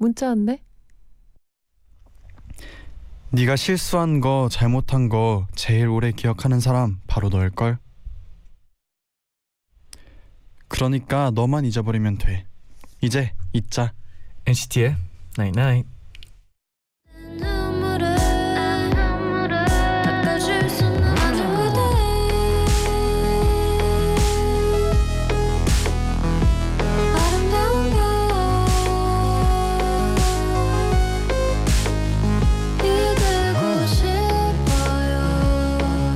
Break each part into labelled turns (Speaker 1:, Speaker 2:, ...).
Speaker 1: 문자 왔네.
Speaker 2: 네가 실수한 거 잘못한 거 제일 오래 기억하는 사람 바로 너일 걸. 그러니까 너만 잊어버리면 돼. 이제 잊자.
Speaker 3: NCT의 Night Night.
Speaker 4: 눈물을 닦아줄 순 없는데 아름다운 걸 이대고 싶어요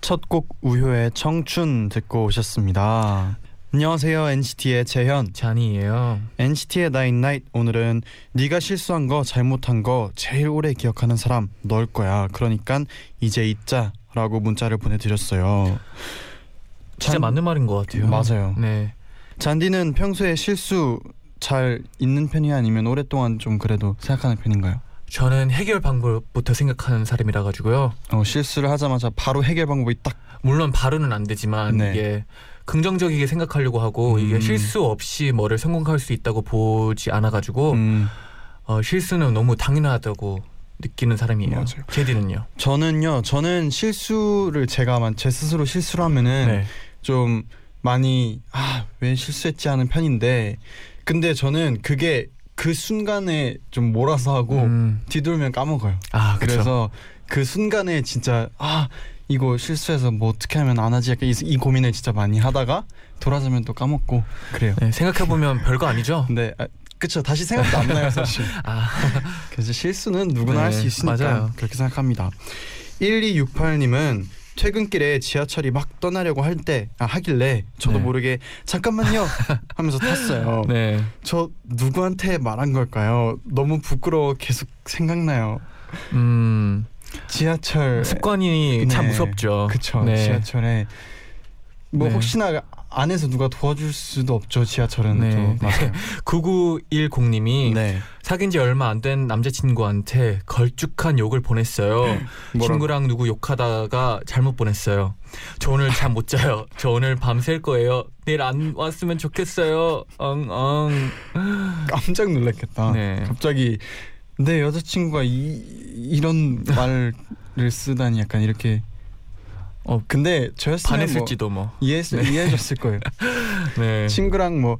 Speaker 2: 첫 곡 우효의 청춘 듣고 오셨습니다. 안녕하세요 NCT의 재현.
Speaker 3: 잔이에요.
Speaker 2: NCT의 Night Night 오늘은 네가 실수한 거 잘못한 거 제일 오래 기억하는 사람 너일 거야. 그러니까 이제 잊자라고 문자를 보내드렸어요.
Speaker 3: 진짜
Speaker 2: 잔-
Speaker 3: 맞는 말인 것 같아요.
Speaker 2: 맞아요.
Speaker 3: 네.
Speaker 2: 잔디는 평소에 실수 잘 있는 편이 아니면 오랫동안 좀 그래도 생각하는 편인가요?
Speaker 3: 저는 해결 방법부터 생각하는 사람이라 가지고요.
Speaker 2: 어, 실수를 하자마자 바로 해결 방법이 딱
Speaker 3: 물론 바로는 안 되지만
Speaker 2: 네.
Speaker 3: 이게 긍정적이게 생각하려고 하고 이게
Speaker 2: 음.
Speaker 3: 실수 없이 뭐를 성공할 수 있다고 보지 않아 가지고
Speaker 2: 음,
Speaker 3: 어, 실수는 너무 당연하다고 느끼는 사람이에요.
Speaker 2: 맞아요.
Speaker 3: 제디는요.
Speaker 2: 저는요. 저는 실수를 제가만 제 스스로 실수를 하면은
Speaker 3: 네.
Speaker 2: 좀 많이 아 왜 실수했지 하는 편인데 근데 저는 그게 그 순간에 좀 몰아서 하고
Speaker 3: 음.
Speaker 2: 뒤돌면 까먹어요.
Speaker 3: 아, 그쵸.
Speaker 2: 그래서 그 순간에 진짜 아 이거 실수해서 뭐 어떻게 하면 안 하지 약간 이, 이 고민을 진짜 많이 하다가 돌아서면 또 까먹고 그래요.
Speaker 3: 네, 생각해 보면 별거 아니죠.
Speaker 2: 근데 아, 그쵸 다시 생각도 안 나요 사실.
Speaker 3: 아,
Speaker 2: 그래서 실수는 누구나
Speaker 3: 네,
Speaker 2: 할 수 있으니까
Speaker 3: 맞아요.
Speaker 2: 그렇게 생각합니다. 1268님은 퇴근길에 지하철이 막 떠나려고 할 때 아, 하길래 저도
Speaker 3: 네.
Speaker 2: 모르게 잠깐만요 하면서 탔어요.
Speaker 3: 네.
Speaker 2: 저 누구한테 말한 걸까요? 너무 부끄러워 계속 생각나요.
Speaker 3: 음.
Speaker 2: 지하철
Speaker 3: 습관이 그 참
Speaker 2: 네.
Speaker 3: 무섭죠.
Speaker 2: 그쵸
Speaker 3: 네.
Speaker 2: 지하철에 뭐
Speaker 3: 네.
Speaker 2: 혹시나 안에서 누가 도와줄 수도 없죠 지하철은
Speaker 3: 네.
Speaker 2: 또. 맞아요
Speaker 3: 9910님이
Speaker 2: 네
Speaker 3: 사귄 지 얼마 안 된 남자친구한테 걸쭉한 욕을 보냈어요.
Speaker 2: 네,
Speaker 3: 친구랑 누구 욕하다가 잘못 보냈어요. 저 오늘 잠 못 자요. 저 오늘 밤샐 거예요. 내일 안 왔으면 좋겠어요. 엉엉.
Speaker 2: 깜짝 놀랐겠다
Speaker 3: 네.
Speaker 2: 갑자기 내 여자친구가 이, 이런 말을 쓰다니 약간 이렇게
Speaker 3: 어,
Speaker 2: 근데 저였으면 뭐
Speaker 3: 반했을지도 뭐.
Speaker 2: 이해했, 이해해줬을 거예요
Speaker 3: 네.
Speaker 2: 친구랑 뭐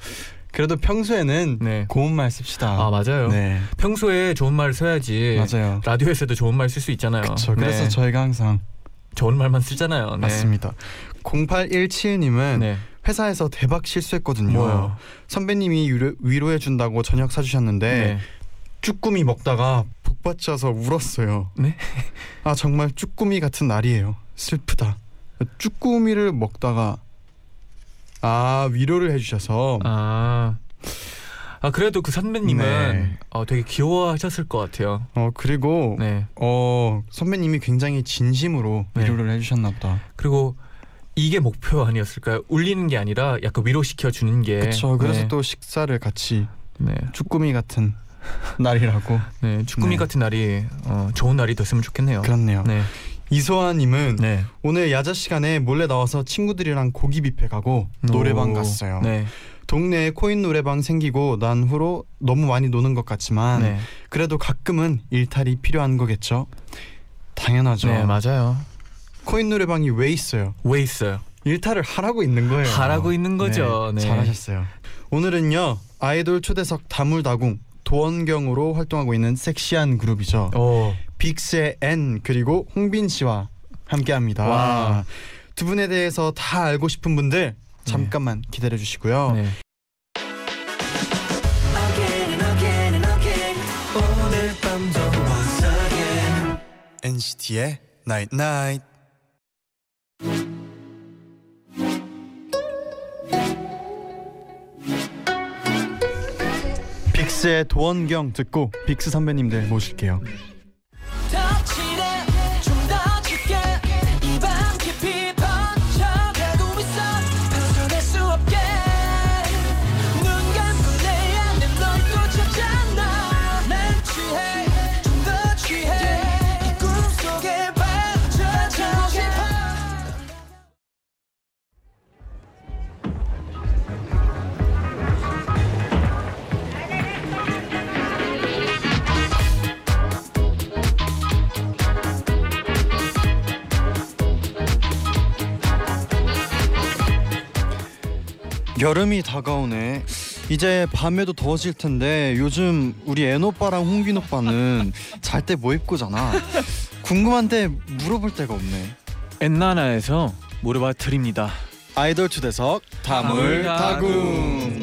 Speaker 2: 그래도 평소에는
Speaker 3: 네.
Speaker 2: 고운 말 씁시다
Speaker 3: 아 맞아요.
Speaker 2: 네
Speaker 3: 평소에 좋은 말 써야지.
Speaker 2: 맞아요
Speaker 3: 라디오에서도 좋은 말 쓸 수 있잖아요.
Speaker 2: 그쵸 그래서
Speaker 3: 네.
Speaker 2: 저희가 항상
Speaker 3: 좋은 말만 쓰잖아요. 네.
Speaker 2: 맞습니다 0817님은
Speaker 3: 네.
Speaker 2: 회사에서 대박 실수했거든요.
Speaker 3: 뭐요?
Speaker 2: 선배님이 위로해 준다고 저녁 사주셨는데
Speaker 3: 네.
Speaker 2: 쭈꾸미 먹다가 복받쳐서 울었어요.
Speaker 3: 네?
Speaker 2: 아 정말 쭈꾸미 같은 날이에요. 슬프다. 쭈꾸미를 먹다가 아 위로를 해주셔서
Speaker 3: 아. 아 그래도 그 선배님은
Speaker 2: 네.
Speaker 3: 어, 되게 귀여워하셨을 것 같아요.
Speaker 2: 어 그리고
Speaker 3: 네.
Speaker 2: 어 선배님이 굉장히 진심으로
Speaker 3: 네.
Speaker 2: 위로를 해주셨나 보다.
Speaker 3: 그리고 이게 목표 아니었을까요? 울리는 게 아니라 약간 위로시켜 주는 게.
Speaker 2: 그렇죠. 그래서
Speaker 3: 네.
Speaker 2: 또 식사를 같이
Speaker 3: 네.
Speaker 2: 쭈꾸미 같은 날이라고
Speaker 3: 네. 주꾸미
Speaker 2: 네.
Speaker 3: 같은 날이 어, 좋은 날이 됐으면 좋겠네요.
Speaker 2: 그렇네요.
Speaker 3: 네.
Speaker 2: 이소아님은
Speaker 3: 네.
Speaker 2: 오늘 야자 시간에 몰래 나와서 친구들이랑 고기 뷔페 가고 노래방
Speaker 3: 오.
Speaker 2: 갔어요.
Speaker 3: 네.
Speaker 2: 동네에 코인 노래방 생기고 난 후로 너무 많이 노는 것 같지만
Speaker 3: 네.
Speaker 2: 그래도 가끔은 일탈이 필요한 거겠죠. 당연하죠.
Speaker 3: 네, 맞아요.
Speaker 2: 코인 노래방이 왜 있어요?
Speaker 3: 왜 있어요?
Speaker 2: 일탈을 하라고 있는 거예요.
Speaker 3: 하라고 있는 거죠. 네.
Speaker 2: 잘하셨어요. 오늘은요 아이돌 초대석 다물다궁 도원경으로 활동하고 있는 섹시한 그룹이죠.
Speaker 3: 오.
Speaker 2: 빅스의 N 그리고 홍빈 씨와 함께합니다.
Speaker 3: 와.
Speaker 2: 두 분에 대해서 다 알고 싶은 분들 잠깐만 기다려 주시고요.
Speaker 3: 네.
Speaker 5: Again and again and again 오늘 밤도 once again
Speaker 2: NCT의 Night Night. 빅스의 도원경 듣고 빅스 선배님들 모실게요.
Speaker 5: 닥치네 좀더 깊게 이밤 깊이 번져가고 있어 벗어날 수 없게 눈 감고 내 안에 널또 찾잖아 난 취해 좀 더 취해 이 꿈속에 빠져들고 싶어
Speaker 2: 여름이 다가오네. 이제 밤에도 더워질 텐데 요즘 우리 앤 오빠랑 홍빈 오빠는 잘 때 뭐 입고 자나? 궁금한데 물어볼 데가 없네.
Speaker 3: 엔나나에서 물어봐 드립니다.
Speaker 2: 아이돌 초대석 다물다궁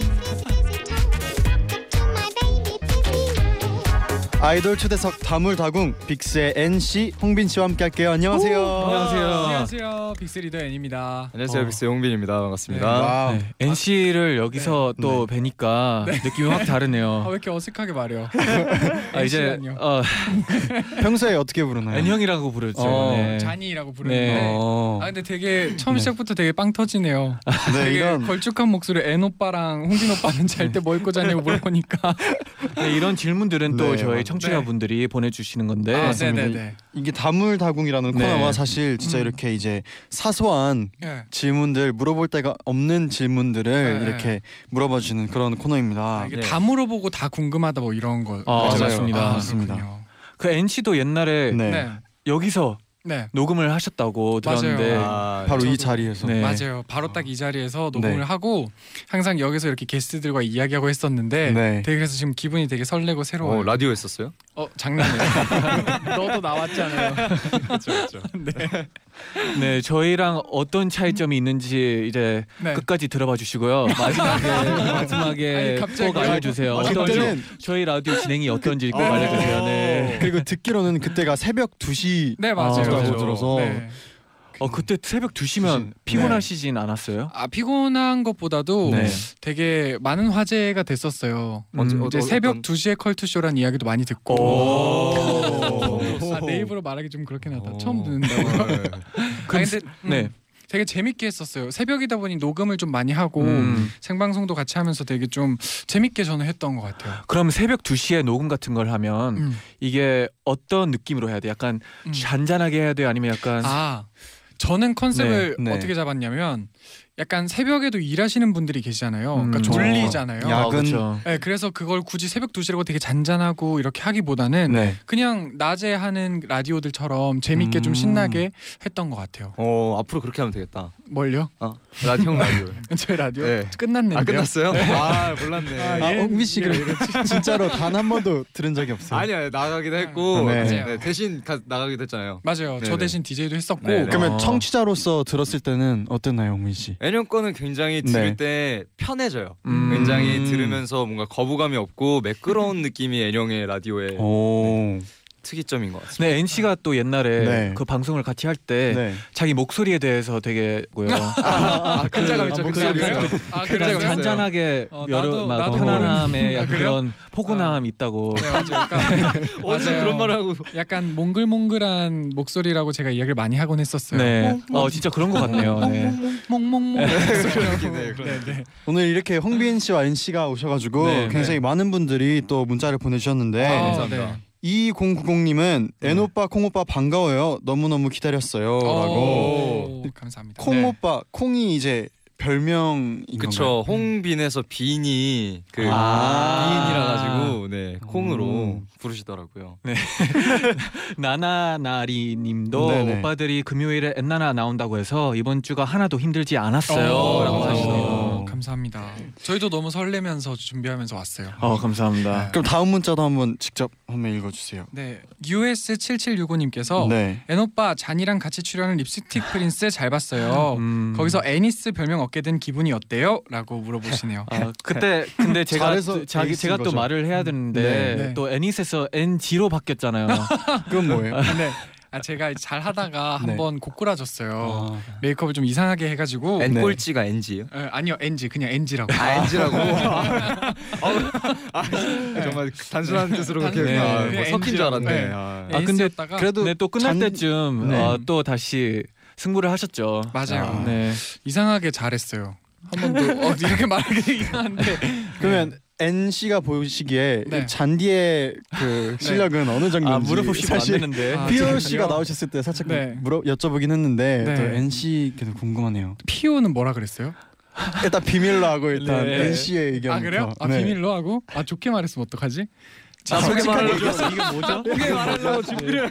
Speaker 2: 아이돌 초대석 다물다궁 빅스의 NC 홍빈 씨와 함께 할게요. 안녕하세요. 어.
Speaker 3: 안녕하세요.
Speaker 6: 안녕하세요. 빅스 리더 앤입니다.
Speaker 7: 안녕하세요 빅스 용빈입니다 반갑습니다
Speaker 2: 와우.
Speaker 3: 네, NC를 여기서 또 뵈니까 느낌이 확
Speaker 6: 아, 왜
Speaker 3: 다르네요.
Speaker 6: 이렇게 어색하게 말해요?
Speaker 3: 아, 이제
Speaker 6: NC라뇨.
Speaker 3: 어,
Speaker 2: 평소에 어떻게 부르나요?
Speaker 3: N 형이라고 부르죠.
Speaker 2: 어,
Speaker 3: 네.
Speaker 6: 잔이라고 부르는데.
Speaker 3: 네.
Speaker 2: 어.
Speaker 6: 아 근데 되게 처음 시작부터 되게 빵 터지네요.
Speaker 2: 네,
Speaker 6: 되게
Speaker 2: 이런
Speaker 6: 걸쭉한 목소리 앤 오빠랑 홍진 오빠는 잘 때 뭐 입고 자냐고 물어보니까.
Speaker 3: 네, 이런 질문들은 또
Speaker 2: 네,
Speaker 3: 저희
Speaker 2: 맞-
Speaker 3: 청취자분들이 보내주시는 건데
Speaker 6: 아,
Speaker 2: 맞습니다.
Speaker 6: 네네네.
Speaker 2: 이게 다물다궁이라는
Speaker 3: 네.
Speaker 2: 코너가 사실 진짜 이렇게 이제 사소한
Speaker 6: 예.
Speaker 2: 질문들 물어볼 데가 없는 질문들을
Speaker 6: 네.
Speaker 2: 이렇게 물어봐 주는 그런 코너입니다.
Speaker 6: 아, 이게 다 물어보고 다 궁금하다 뭐 이런 거.
Speaker 3: 아,
Speaker 2: 네. 맞아요.
Speaker 3: 맞습니다.
Speaker 2: 아, 맞습니다.
Speaker 6: 그렇군요.
Speaker 3: 그 NC도 옛날에
Speaker 2: 네.
Speaker 6: 네.
Speaker 3: 여기서
Speaker 6: 네.
Speaker 3: 녹음을 하셨다고
Speaker 6: 맞아요.
Speaker 3: 들었는데
Speaker 7: 아,
Speaker 2: 바로 이
Speaker 6: 저도-
Speaker 2: 자리에서
Speaker 3: 네.
Speaker 6: 맞아요. 바로 딱 이 자리에서 녹음을
Speaker 2: 네.
Speaker 6: 하고 항상 여기서 이렇게 게스트들과 이야기하고 했었는데
Speaker 2: 네.
Speaker 6: 되게 그래서 지금 기분이 되게 설레고 새로워요.
Speaker 7: 어, 라디오 했었어요?
Speaker 6: 어 장난이에요. 너도 나왔잖아요.
Speaker 7: 그렇죠 그렇죠
Speaker 3: 네 저희랑 어떤 차이점이 있는지 이제
Speaker 6: 음. 네.
Speaker 3: 끝까지 들어봐 주시고요 마지막에 마지막에
Speaker 6: 아니, 갑자기
Speaker 3: 꼭 알려주세요
Speaker 2: 아,
Speaker 3: 어떤
Speaker 2: 그때는- 어.
Speaker 3: 저희 라디오 진행이 어떤지 꼭 알려주세요 네.
Speaker 2: 그리고 듣기로는 그때가 새벽 2시
Speaker 6: 네
Speaker 3: 아,
Speaker 6: 맞아요.
Speaker 3: 그렇죠.
Speaker 2: 들어서.
Speaker 6: 네.
Speaker 3: 어 그때 새벽 2시면
Speaker 2: 네.
Speaker 3: 피곤하시진 않았어요?
Speaker 6: 아 피곤한 것보다도
Speaker 3: 네.
Speaker 6: 되게 많은 화제가 됐었어요.
Speaker 7: 언제-
Speaker 6: 이제
Speaker 7: 어,
Speaker 6: 새벽
Speaker 7: 어떤-
Speaker 6: 2시에 컬투쇼라는 이야기도 많이 듣고
Speaker 3: 오.
Speaker 6: 아, 내 입으로 말하기 좀 그렇긴 하다.
Speaker 7: 오.
Speaker 6: 처음 듣는다고. 아, 근데 음,
Speaker 3: 네.
Speaker 6: 되게 재밌게 했었어요. 새벽이다 보니 녹음을 좀 많이 하고
Speaker 3: 음.
Speaker 6: 생방송도 같이 하면서 되게 좀 재밌게 저는 했던 것 같아요.
Speaker 3: 그럼 새벽 2시에 녹음 같은 걸 하면
Speaker 6: 음,
Speaker 3: 이게 어떤 느낌으로 해야 돼? 약간
Speaker 6: 음.
Speaker 3: 잔잔하게 해야 돼요? 아니면 약간
Speaker 6: 아 저는 컨셉을
Speaker 2: 네, 네.
Speaker 6: 어떻게 잡았냐면 약간 새벽에도 일하시는 분들이 계시잖아요. 그러니까
Speaker 3: 음.
Speaker 6: 졸리잖아요.
Speaker 2: 야. 야근-
Speaker 3: 그렇죠.
Speaker 6: 네, 그래서 그걸 굳이 새벽 2시라고 되게 잔잔하고 이렇게 하기보다는
Speaker 2: 네.
Speaker 6: 그냥 낮에 하는 라디오들처럼 재밌게 좀
Speaker 2: 음.
Speaker 6: 신나게 했던 것 같아요.
Speaker 7: 어 앞으로 그렇게 하면 되겠다
Speaker 6: 뭘요?
Speaker 7: 어, 라디오 형 라디오
Speaker 6: 저희 라디오
Speaker 7: 네.
Speaker 6: 끝났는데요.
Speaker 7: 아 끝났어요? 아 몰랐네
Speaker 6: 아,
Speaker 2: 아,
Speaker 6: 예.
Speaker 2: 홍빈 씨 그래요? 진짜로 단 한 번도 들은 적이 없어요.
Speaker 7: 아니 아니 나가기도 했고
Speaker 2: 네.
Speaker 7: 네. 대신 가, 나가기도 했잖아요
Speaker 6: 맞아요. 저
Speaker 7: 네네.
Speaker 6: 대신 DJ도 했었고
Speaker 7: 네네.
Speaker 2: 그러면
Speaker 3: 어.
Speaker 2: 청취자로서 들었을 때는 어땠나요, 홍민 씨?
Speaker 7: 애년 거는 굉장히 들을
Speaker 2: 네.
Speaker 7: 때 편해져요
Speaker 3: 음.
Speaker 7: 굉장히 들으면서 뭔가 거부감이 없고 매끄러운 느낌이 애령의 라디오의
Speaker 2: 오.
Speaker 7: 특이점인 것 같습니다
Speaker 3: 네, NC가 또 옛날에
Speaker 2: 네.
Speaker 3: 그 방송을 같이 할 때
Speaker 2: 네.
Speaker 3: 자기 목소리에 대해서 되게 뭐요?
Speaker 7: 아 큰자감 있죠
Speaker 2: 아,
Speaker 7: 큰자감 있죠
Speaker 6: 아 그래요?
Speaker 7: 그래요? 잔잔-
Speaker 3: 잔잔하게
Speaker 6: 어,
Speaker 3: 여러
Speaker 6: 나도-
Speaker 3: 막
Speaker 6: 나도
Speaker 3: 편안함에
Speaker 6: 아,
Speaker 3: 약간
Speaker 6: 그래요?
Speaker 3: 그런 포근함 이 있다고.
Speaker 6: 네, 맞아요. 약간,
Speaker 7: 어제
Speaker 6: 맞아요.
Speaker 7: 그런 말 하고
Speaker 6: 약간 몽글몽글한 목소리라고 제가 이야기를 많이 하곤 했었어요.
Speaker 3: 네. 어 진짜 그런 것 같네요. 네.
Speaker 6: 몽몽몽.
Speaker 7: 네, 그런
Speaker 6: 네.
Speaker 2: 오늘 이렇게 홍빈 씨와 엔 씨가 오셔가지고
Speaker 3: 네,
Speaker 2: 굉장히 많은 분들이 또 문자를 보내주셨는데
Speaker 6: 아,
Speaker 7: 감사합니다.
Speaker 6: 네.
Speaker 2: 2090님은 엔 오빠 콩 오빠 반가워요. 너무 너무 기다렸어요.라고
Speaker 6: 오, 감사합니다.
Speaker 2: 콩
Speaker 3: 네.
Speaker 2: 오빠 콩이 이제 별명인 건가요?
Speaker 7: 그쵸 음. 홍빈에서 빈이 그
Speaker 3: 아.
Speaker 7: 비인이라 가지고 네 콩으로
Speaker 2: 음.
Speaker 7: 부르시더라고요.
Speaker 3: 나나나리님도
Speaker 2: 네네.
Speaker 3: 오빠들이 금요일에 엔나나 나온다고 해서 이번 주가 하나도 힘들지
Speaker 6: 오,
Speaker 3: 않았어요라고
Speaker 6: 오,
Speaker 3: 하시네요.
Speaker 6: 감사합니다. 저희도 너무 설레면서 준비하면서 왔어요.
Speaker 3: 어 감사합니다.
Speaker 2: 그럼 다음 문자도 한번 직접 한번 읽어주세요.
Speaker 6: 네, US 7765님께서
Speaker 2: 네.
Speaker 6: 앤 오빠 잔이랑 같이 출연한 립스틱 프린스 잘 봤어요.
Speaker 3: 음.
Speaker 6: 거기서 애니스 별명 얻게 된 기분이 어때요? 라고 물어보시네요.
Speaker 3: 아, 그때 근데 제가
Speaker 2: 잘해서
Speaker 3: 또- 자기
Speaker 2: 에이스인
Speaker 3: 제가 또
Speaker 2: 거죠.
Speaker 3: 말을 해야 되는데
Speaker 6: 네.
Speaker 3: 또 애닛에서 NG로 바뀌었잖아요.
Speaker 2: 그건 뭐예요?
Speaker 6: 네. 아 제가 잘 하다가
Speaker 8: 네.
Speaker 6: 한번 고꾸라졌어요.
Speaker 8: 어.
Speaker 6: 메이크업을 좀 이상하게 해가지고
Speaker 8: 네.
Speaker 7: N꼴찌가 NG예요?
Speaker 6: 에, 아니요 NG 그냥 NG라고.
Speaker 7: 아 NG라고. 아, 네. 정말 단순한 뜻으로 그렇게
Speaker 6: 네.
Speaker 7: 아,
Speaker 6: 그냥
Speaker 7: 뭐 섞인
Speaker 6: NG
Speaker 7: 줄
Speaker 6: 라고.
Speaker 7: 알았네.
Speaker 6: 네.
Speaker 7: 아.
Speaker 6: 아 근데 다가
Speaker 8: 그래도
Speaker 3: 네, 또 끝날
Speaker 8: 장-
Speaker 3: 때쯤
Speaker 8: 네.
Speaker 3: 어, 또 다시 승부를 하셨죠.
Speaker 6: 맞아요.
Speaker 8: 아.
Speaker 3: 네.
Speaker 6: 이상하게 잘했어요. 한 번도 어, 이렇게 말하기 이상한데
Speaker 2: 그러면 N 씨가 보시기에
Speaker 6: 네.
Speaker 2: 잔디의 그 실력은 어느 정도인지
Speaker 3: 아 물어보시면 안
Speaker 2: 사실
Speaker 3: 되는데.
Speaker 6: 아,
Speaker 2: 피오
Speaker 6: 잠깐만요.
Speaker 2: 씨가 나오셨을 때 살짝
Speaker 6: 네.
Speaker 2: 물어 여쭤보긴 했는데
Speaker 6: 네.
Speaker 2: 또 N 씨 그래도 궁금하네요.
Speaker 6: 피오는 뭐라 그랬어요?
Speaker 2: 일단 비밀로 하고 일단
Speaker 3: 네.
Speaker 2: N 씨의 의견.
Speaker 6: 아 그래요? 아 비밀로 하고? 아 좋게 말했으면 어떡하지?
Speaker 3: 아, 소개
Speaker 2: 어, 네. 솔직하게
Speaker 3: 말하려고
Speaker 2: 얘기해-
Speaker 3: 이게 뭐죠? 소개 말하려고 준비를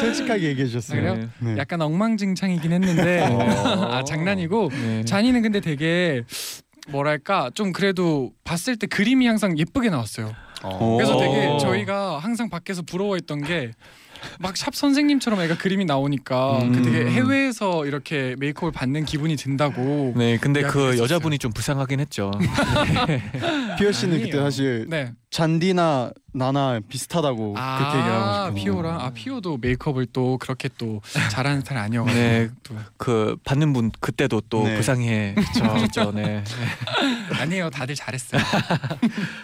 Speaker 2: 솔직하게 얘기해 주셨어요.
Speaker 6: 아, 그래요?
Speaker 2: 네. 어.
Speaker 6: 약간 엉망진창이긴 했는데 아 장난이고
Speaker 3: 네.
Speaker 6: 잔이는 근데 되게 뭐랄까 좀 그래도 봤을 때 그림이 항상 예쁘게 나왔어요. 그래서
Speaker 3: 오.
Speaker 6: 되게 저희가 항상 밖에서 부러워했던 게 막 샵 선생님처럼 애가 그림이 나오니까
Speaker 2: 음.
Speaker 6: 그 되게 해외에서 이렇게 메이크업을 받는 기분이 든다고.
Speaker 3: 네, 근데
Speaker 6: 약간
Speaker 3: 그
Speaker 6: 그랬었어요.
Speaker 3: 여자분이 좀 불쌍하긴 했죠.
Speaker 2: 피오 씨는 그때
Speaker 6: 아니에요.
Speaker 2: 사실
Speaker 6: 네.
Speaker 2: 잔디나 나나 비슷하다고 그렇게
Speaker 6: 아
Speaker 2: 얘기하고 싶어요. 음.
Speaker 6: 피오랑 아 피오도 메이크업을 또 그렇게 또 잘하는 스타일 아니어가지고.
Speaker 3: 네, 그 받는 분 그때도 또
Speaker 2: 네.
Speaker 3: 불쌍해 졌죠. 네.
Speaker 6: 아니에요 다들 잘했어요.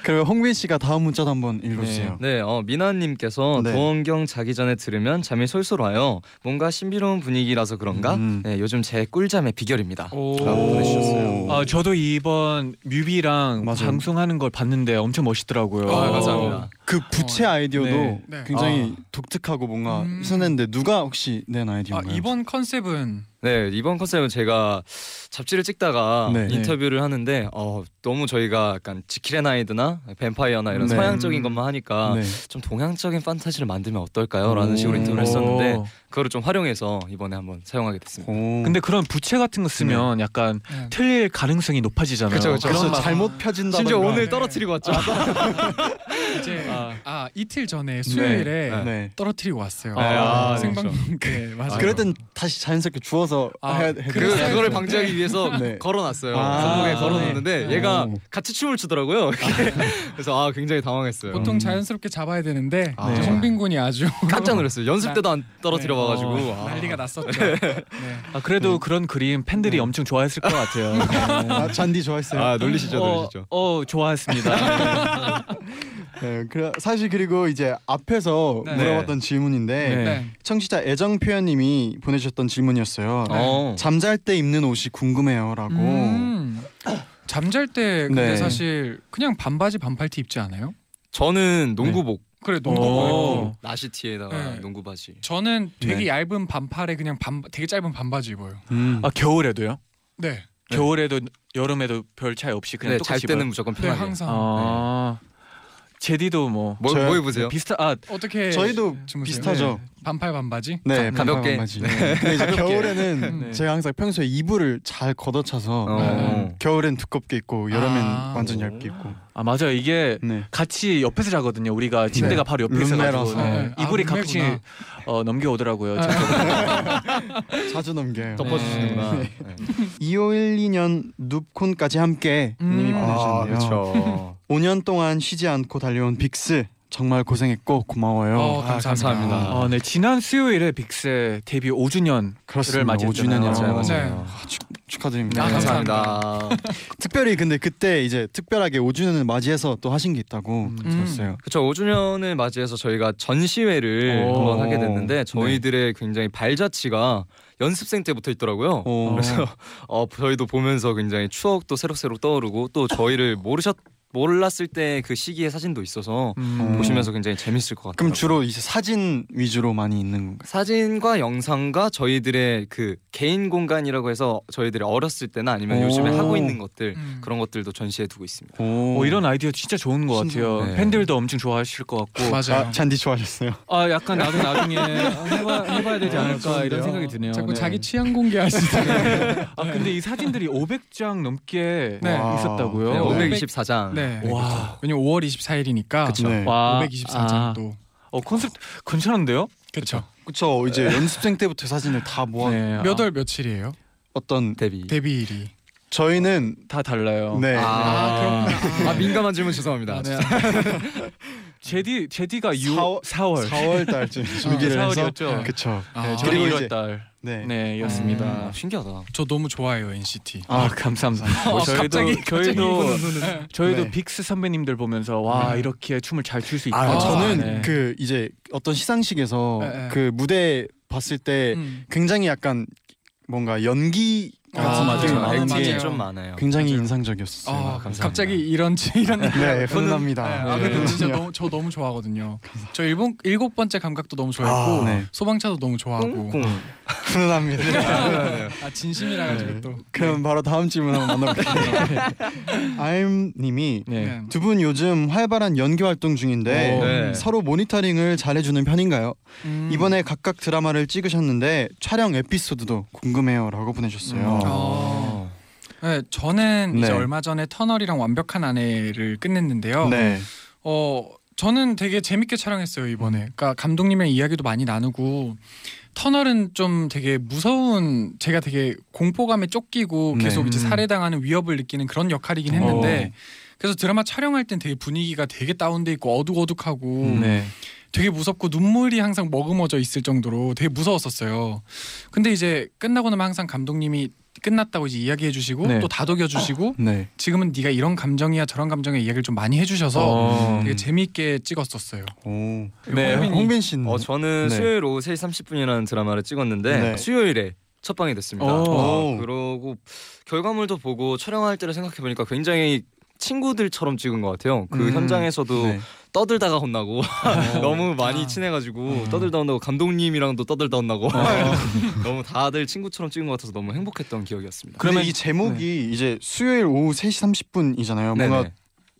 Speaker 2: 그리고 홍빈 씨가 다음 문자도 한번 읽어주세요.
Speaker 7: 네, 어, 미나님께서
Speaker 2: 네.
Speaker 7: 도원경 자기 전에 들으면 잠이 솔솔 와요. 뭔가 신비로운 분위기라서 그런가?
Speaker 2: 음.
Speaker 7: 네, 요즘 제 꿀잠의 비결입니다.
Speaker 6: 오.
Speaker 2: 아,
Speaker 7: 라고 보내주셨어요.
Speaker 3: 아, 저도 이번 뮤비랑
Speaker 2: 맞아요.
Speaker 3: 방송하는 걸 봤는데 엄청 멋있더라고요.
Speaker 6: 아,
Speaker 7: 아,
Speaker 2: 어.
Speaker 7: 감사합니다.
Speaker 2: 그 부채 아이디어도
Speaker 3: 네.
Speaker 6: 네.
Speaker 2: 굉장히 독특하고 뭔가
Speaker 6: 음.
Speaker 2: 희선했는데 누가 혹시 낸
Speaker 6: 아
Speaker 2: 아이디어인가요?
Speaker 6: 이번 컨셉은
Speaker 7: 네, 이번 컨셉은 제가 잡지를 찍다가
Speaker 2: 네.
Speaker 7: 인터뷰를 하는데 어, 너무 저희가 약간 지킬앤하이드나 뱀파이어나 이런
Speaker 2: 네.
Speaker 7: 서양적인 것만 하니까
Speaker 2: 네.
Speaker 7: 좀 동양적인 판타지를 만들면 어떨까요? 라는
Speaker 2: 오.
Speaker 7: 식으로 인터뷰를
Speaker 2: 오.
Speaker 7: 했었는데 그거를 좀 활용해서 이번에 한번 사용하게 됐습니다.
Speaker 2: 오.
Speaker 3: 근데 그런 부채 같은 거 쓰면 약간
Speaker 6: 네.
Speaker 3: 틀릴 가능성이 높아지잖아요.
Speaker 7: 그쵸, 그쵸.
Speaker 3: 런
Speaker 2: 그래서
Speaker 3: 막
Speaker 2: 잘못 펴진다던가
Speaker 7: 심지어 오늘 아,
Speaker 6: 네.
Speaker 7: 떨어뜨리고 왔죠.
Speaker 6: 이제
Speaker 3: 아.
Speaker 6: 아, 이틀 전에 수요일에
Speaker 2: 네. 네.
Speaker 6: 떨어뜨리고 왔어요.
Speaker 7: 아, 네,
Speaker 6: 생방 네 맞아요.
Speaker 2: 그럴 땐 다시 자연스럽게 주워서
Speaker 6: 아,
Speaker 2: 해야 해.
Speaker 7: 그
Speaker 6: 그래서-
Speaker 7: 그거를 방지하기 위해서
Speaker 2: 네.
Speaker 7: 걸어놨어요.
Speaker 2: 아.
Speaker 7: 손목에 걸어놨는데
Speaker 6: 네.
Speaker 7: 얘가
Speaker 2: 오.
Speaker 7: 같이 춤을 추더라고요. 그래서 아 굉장히 당황했어요.
Speaker 6: 보통 자연스럽게 잡아야 되는데
Speaker 7: 아.
Speaker 6: 이제 홍빈 군이 아주
Speaker 7: 깜짝 놀랐어요. 연습 때도 안 떨어뜨려
Speaker 6: 네.
Speaker 7: 봐가지고 아.
Speaker 6: 어, 난리가 났었죠. 네.
Speaker 3: 아, 그래도 그런 그림 팬들이 엄청 좋아했을 것 같아요.
Speaker 2: 아, 잔디 좋아했어요.
Speaker 7: 아 놀리시죠, 놀리시죠.
Speaker 3: 어, 어 좋아했습니다.
Speaker 2: 네, 그래, 사실 그리고 이제 앞에서
Speaker 6: 네.
Speaker 2: 물어봤던 질문인데
Speaker 3: 네.
Speaker 6: 네.
Speaker 2: 청취자 애정 표현님이 보내주셨던 질문이었어요.
Speaker 6: 네.
Speaker 7: 어.
Speaker 2: 잠잘 때 입는 옷이 궁금해요라고.
Speaker 6: 음. 잠잘 때 근데
Speaker 2: 네.
Speaker 6: 사실 그냥 반바지 반팔티 입지 않아요?
Speaker 7: 저는 농구복,
Speaker 6: 그래
Speaker 3: 오.
Speaker 6: 농구.
Speaker 7: 나시 티에다가
Speaker 6: 네.
Speaker 7: 농구 바지.
Speaker 6: 저는 되게
Speaker 2: 네.
Speaker 6: 얇은 반팔에 그냥 반 되게 짧은 반바지 입어요.
Speaker 2: 음.
Speaker 3: 아, 겨울에도요?
Speaker 6: 네.
Speaker 3: 겨울에도 여름에도 별 차이 없이 그냥
Speaker 7: 네, 잘
Speaker 3: 똑같이
Speaker 7: 때는 무조건
Speaker 6: 네
Speaker 7: 편하게.
Speaker 6: 항상
Speaker 3: 아. 제디도 뭐
Speaker 7: 뭐,
Speaker 2: 저요?
Speaker 7: 뭐 입으세요?
Speaker 3: 비슷한 아,
Speaker 6: 어떻게
Speaker 2: 저희도
Speaker 6: 네. 주무세요?
Speaker 2: 비슷하죠.
Speaker 6: 반팔 반바지?
Speaker 2: 네,
Speaker 7: 가볍게.
Speaker 2: 반바지. 근데 이제 겨울에는
Speaker 3: 네.
Speaker 2: 제가 항상 평소에 이불을 잘 걷어차서 음,
Speaker 7: 어.
Speaker 6: 네.
Speaker 2: 겨울엔 두껍게 입고 여름엔
Speaker 6: 아.
Speaker 2: 완전 얇게 입고.
Speaker 3: 아 맞아요. 이게
Speaker 2: 네.
Speaker 3: 같이 옆에서 자거든요. 우리가 침대가 바로 옆에
Speaker 2: 룸메라서.
Speaker 3: 있어가지고 네.
Speaker 6: 아,
Speaker 3: 이불이
Speaker 6: 룸메구나.
Speaker 3: 가끔씩 어, 넘겨오더라고요.
Speaker 6: 아.
Speaker 2: 자주 넘겨요.
Speaker 7: 덮어주시는구나.
Speaker 2: 네. 2512년 눕콘까지 함께
Speaker 6: 음.
Speaker 2: 님이 보내주셨네요.
Speaker 7: 아, 그렇죠.
Speaker 2: 5년 동안 쉬지 않고 달려온 빅스 정말 고생했고 고마워요.
Speaker 6: 어,
Speaker 2: 아,
Speaker 6: 감사합니다.
Speaker 7: 감사합니다.
Speaker 3: 어, 네 지난 수요일에 빅스의 데뷔 5주년
Speaker 2: 그렇습니다.
Speaker 3: 맞이했잖아요.
Speaker 2: 5주년이었어요.
Speaker 7: 맞아요,
Speaker 6: 네.
Speaker 7: 맞아요.
Speaker 2: 축하드립니다.
Speaker 7: 네,
Speaker 6: 아, 감사합니다.
Speaker 2: 특별히 근데 그때 이제 특별하게 5주년을 맞이해서 또 하신 게 있다고
Speaker 3: 음.
Speaker 2: 들었어요.
Speaker 7: 그렇죠. 5주년을 맞이해서 저희가 전시회를
Speaker 3: 오.
Speaker 7: 한번 하게 됐는데 저희들의 굉장히 발자취가 연습생 때부터 있더라고요.
Speaker 2: 오.
Speaker 7: 그래서 어, 저희도 보면서 굉장히 추억도 새록새록 떠오르고 또 저희를 모르셨 몰랐을 때 그 시기의 사진도 있어서
Speaker 3: 음.
Speaker 7: 보시면서 굉장히 재밌을 것 같아요.
Speaker 2: 그럼 주로 이제 사진 위주로 많이 있는 건가요?
Speaker 7: 사진과 영상과 저희들의 그 개인 공간이라고 해서 저희들이 어렸을 때나 아니면 요즘에
Speaker 2: 오.
Speaker 7: 하고 있는 것들
Speaker 6: 음.
Speaker 7: 그런 것들도 전시해 두고 있습니다.
Speaker 2: 오.
Speaker 3: 어, 이런 아이디어 진짜 좋은 것 같아요.
Speaker 7: 신기하네.
Speaker 3: 팬들도 엄청 좋아하실 것 같고
Speaker 6: 맞아요.
Speaker 2: 아, 잔디 좋아하셨어요?
Speaker 3: 아 약간 나도 나중에 해봐, 해봐야 되지 않을까 이런
Speaker 2: 좋은데요?
Speaker 3: 생각이 드네요.
Speaker 6: 자꾸
Speaker 3: 네.
Speaker 6: 자기 취향 공개하시네.
Speaker 3: 아 근데 이 사진들이 500장 넘게
Speaker 6: 네.
Speaker 3: 있었다고요.
Speaker 7: 네,
Speaker 2: 오.
Speaker 7: 524장.
Speaker 6: 네.
Speaker 3: 와,
Speaker 6: 왜냐면 5월 24일이니까
Speaker 2: 네.
Speaker 3: 와.
Speaker 6: 524장
Speaker 3: 아.
Speaker 6: 또.
Speaker 3: 어 컨셉 괜찮은데요?
Speaker 6: 그렇죠.
Speaker 2: 그쵸 이제 연습생 때부터 사진을 다 모아
Speaker 3: 네,
Speaker 6: 몇
Speaker 3: 아,
Speaker 6: 월 며칠이에요?
Speaker 2: 어떤
Speaker 7: 데뷔.
Speaker 6: 데뷔일이.
Speaker 2: 저희는
Speaker 3: 다 달라요.
Speaker 2: 네
Speaker 6: 어.
Speaker 7: 아,
Speaker 6: 아, 그렇구나.
Speaker 7: 아 민감한 질문 죄송합니다.
Speaker 6: 네.
Speaker 3: 제디 제디가 6월 4월
Speaker 2: 사월-
Speaker 3: 네,
Speaker 2: 4월 달쯤 준비를 해서
Speaker 3: 4월이었죠.
Speaker 2: 그쵸. 네,
Speaker 6: 아,
Speaker 3: 저는
Speaker 2: 그리고 이제-
Speaker 3: 1월 달.
Speaker 2: 네.
Speaker 3: 네, 였습니다.
Speaker 7: 아, 신기하다.
Speaker 6: 저 너무 좋아해요 NCT.
Speaker 3: 아, 감사합니다.
Speaker 6: 어,
Speaker 3: 저희도
Speaker 6: 갑자기, 갑자기
Speaker 3: 저희도
Speaker 6: 이분은 눈을.
Speaker 3: 저희도
Speaker 2: 네.
Speaker 3: 빅스 선배님들 보면서 와
Speaker 6: 네.
Speaker 3: 이렇게 춤을 잘 출 수 있다.
Speaker 2: 아, 저는
Speaker 3: 네.
Speaker 2: 그 이제 어떤 시상식에서
Speaker 6: 네, 네.
Speaker 2: 그 무대 봤을 때
Speaker 6: 음.
Speaker 2: 굉장히 약간 뭔가 연기 같은
Speaker 6: 아,
Speaker 2: 느낌이
Speaker 6: 맞아요.
Speaker 2: 나는
Speaker 6: 맞아요.
Speaker 2: 게
Speaker 6: 맞아요.
Speaker 7: 좀 많아요.
Speaker 2: 굉장히
Speaker 6: 맞아요.
Speaker 2: 인상적이었어요.
Speaker 6: 아,
Speaker 2: 어
Speaker 7: 감사합니다.
Speaker 6: 갑자기 이런 이런
Speaker 2: 네,
Speaker 6: 네, 아
Speaker 2: 훈훈합니다.
Speaker 6: 근데 진짜
Speaker 2: 네.
Speaker 6: 너무 저 너무 좋아하거든요. 저 일본 일곱 번째 감각도 너무 좋아했고
Speaker 2: 아, 네.
Speaker 6: 소방차도 너무 좋아하고
Speaker 7: 꽁꽁.
Speaker 2: 훈훈합니다.
Speaker 6: 아 진심이라 가지고
Speaker 2: 네.
Speaker 6: 또
Speaker 2: 그럼 바로 다음 질문 한번 만나볼게요. 아임님이
Speaker 3: 네.
Speaker 6: 네.
Speaker 2: 두 분 요즘 활발한 연기 활동 중인데
Speaker 7: 오, 네.
Speaker 2: 서로 모니터링을 잘해주는 편인가요?
Speaker 6: 음.
Speaker 2: 이번에 각각 드라마를 찍으셨는데 촬영 에피소드도 궁금해요라고 보내셨어요.
Speaker 6: 음. 아. 네, 저는 이제
Speaker 2: 네.
Speaker 6: 얼마 전에 터널이랑 완벽한 아내를 끝냈는데요.
Speaker 2: 네.
Speaker 6: 어 저는 되게 재밌게 촬영했어요 이번에. 그러니까 감독님의 이야기도 많이 나누고 터널은 좀 되게 무서운 제가 되게 공포감에 쫓기고
Speaker 2: 네.
Speaker 6: 계속 이제
Speaker 2: 음.
Speaker 6: 살해당하는 위협을 느끼는 그런 역할이긴 했는데 그래서 드라마 촬영할 땐 되게 분위기가 되게 다운돼 있고 어둑어둑하고
Speaker 3: 네.
Speaker 6: 되게 무섭고 눈물이 항상 머금어져 있을 정도로 되게 무서웠었어요. 근데 이제 끝나고 나면 항상 감독님이 끝났다고 이제 이야기해 주시고
Speaker 3: 네.
Speaker 6: 또 다독여 주시고
Speaker 2: 네.
Speaker 6: 지금은 네가 이런 감정이야 저런 감정이야 이야기를 좀 많이 해주셔서
Speaker 3: 어.
Speaker 6: 되게 재미있게 찍었었어요.
Speaker 2: 오.
Speaker 3: 네.
Speaker 2: 홍빈, 홍빈 씨는
Speaker 7: 어 저는
Speaker 2: 네.
Speaker 7: 수요일 오후 3시 30분이라는 드라마를 찍었는데
Speaker 2: 네.
Speaker 7: 수요일에 첫 방이 됐습니다.
Speaker 2: 오.
Speaker 7: 아, 그러고 결과물도 보고 촬영할 때를 생각해 보니까 굉장히 친구들처럼 찍은 것 같아요. 그
Speaker 2: 음.
Speaker 7: 현장에서도
Speaker 2: 네. 어.
Speaker 7: 떠들다가 혼나고 너무 많이
Speaker 6: 아.
Speaker 7: 친해가지고 떠들다 혼나고 감독님이랑도 떠들다 혼나고
Speaker 2: 아.
Speaker 7: 너무 다들 친구처럼 찍은 것 같아서 너무 행복했던 기억이었습니다.
Speaker 2: 그러면 이 제목이 이제 수요일 오후 3시 30분이잖아요. 뭔가
Speaker 7: 네네.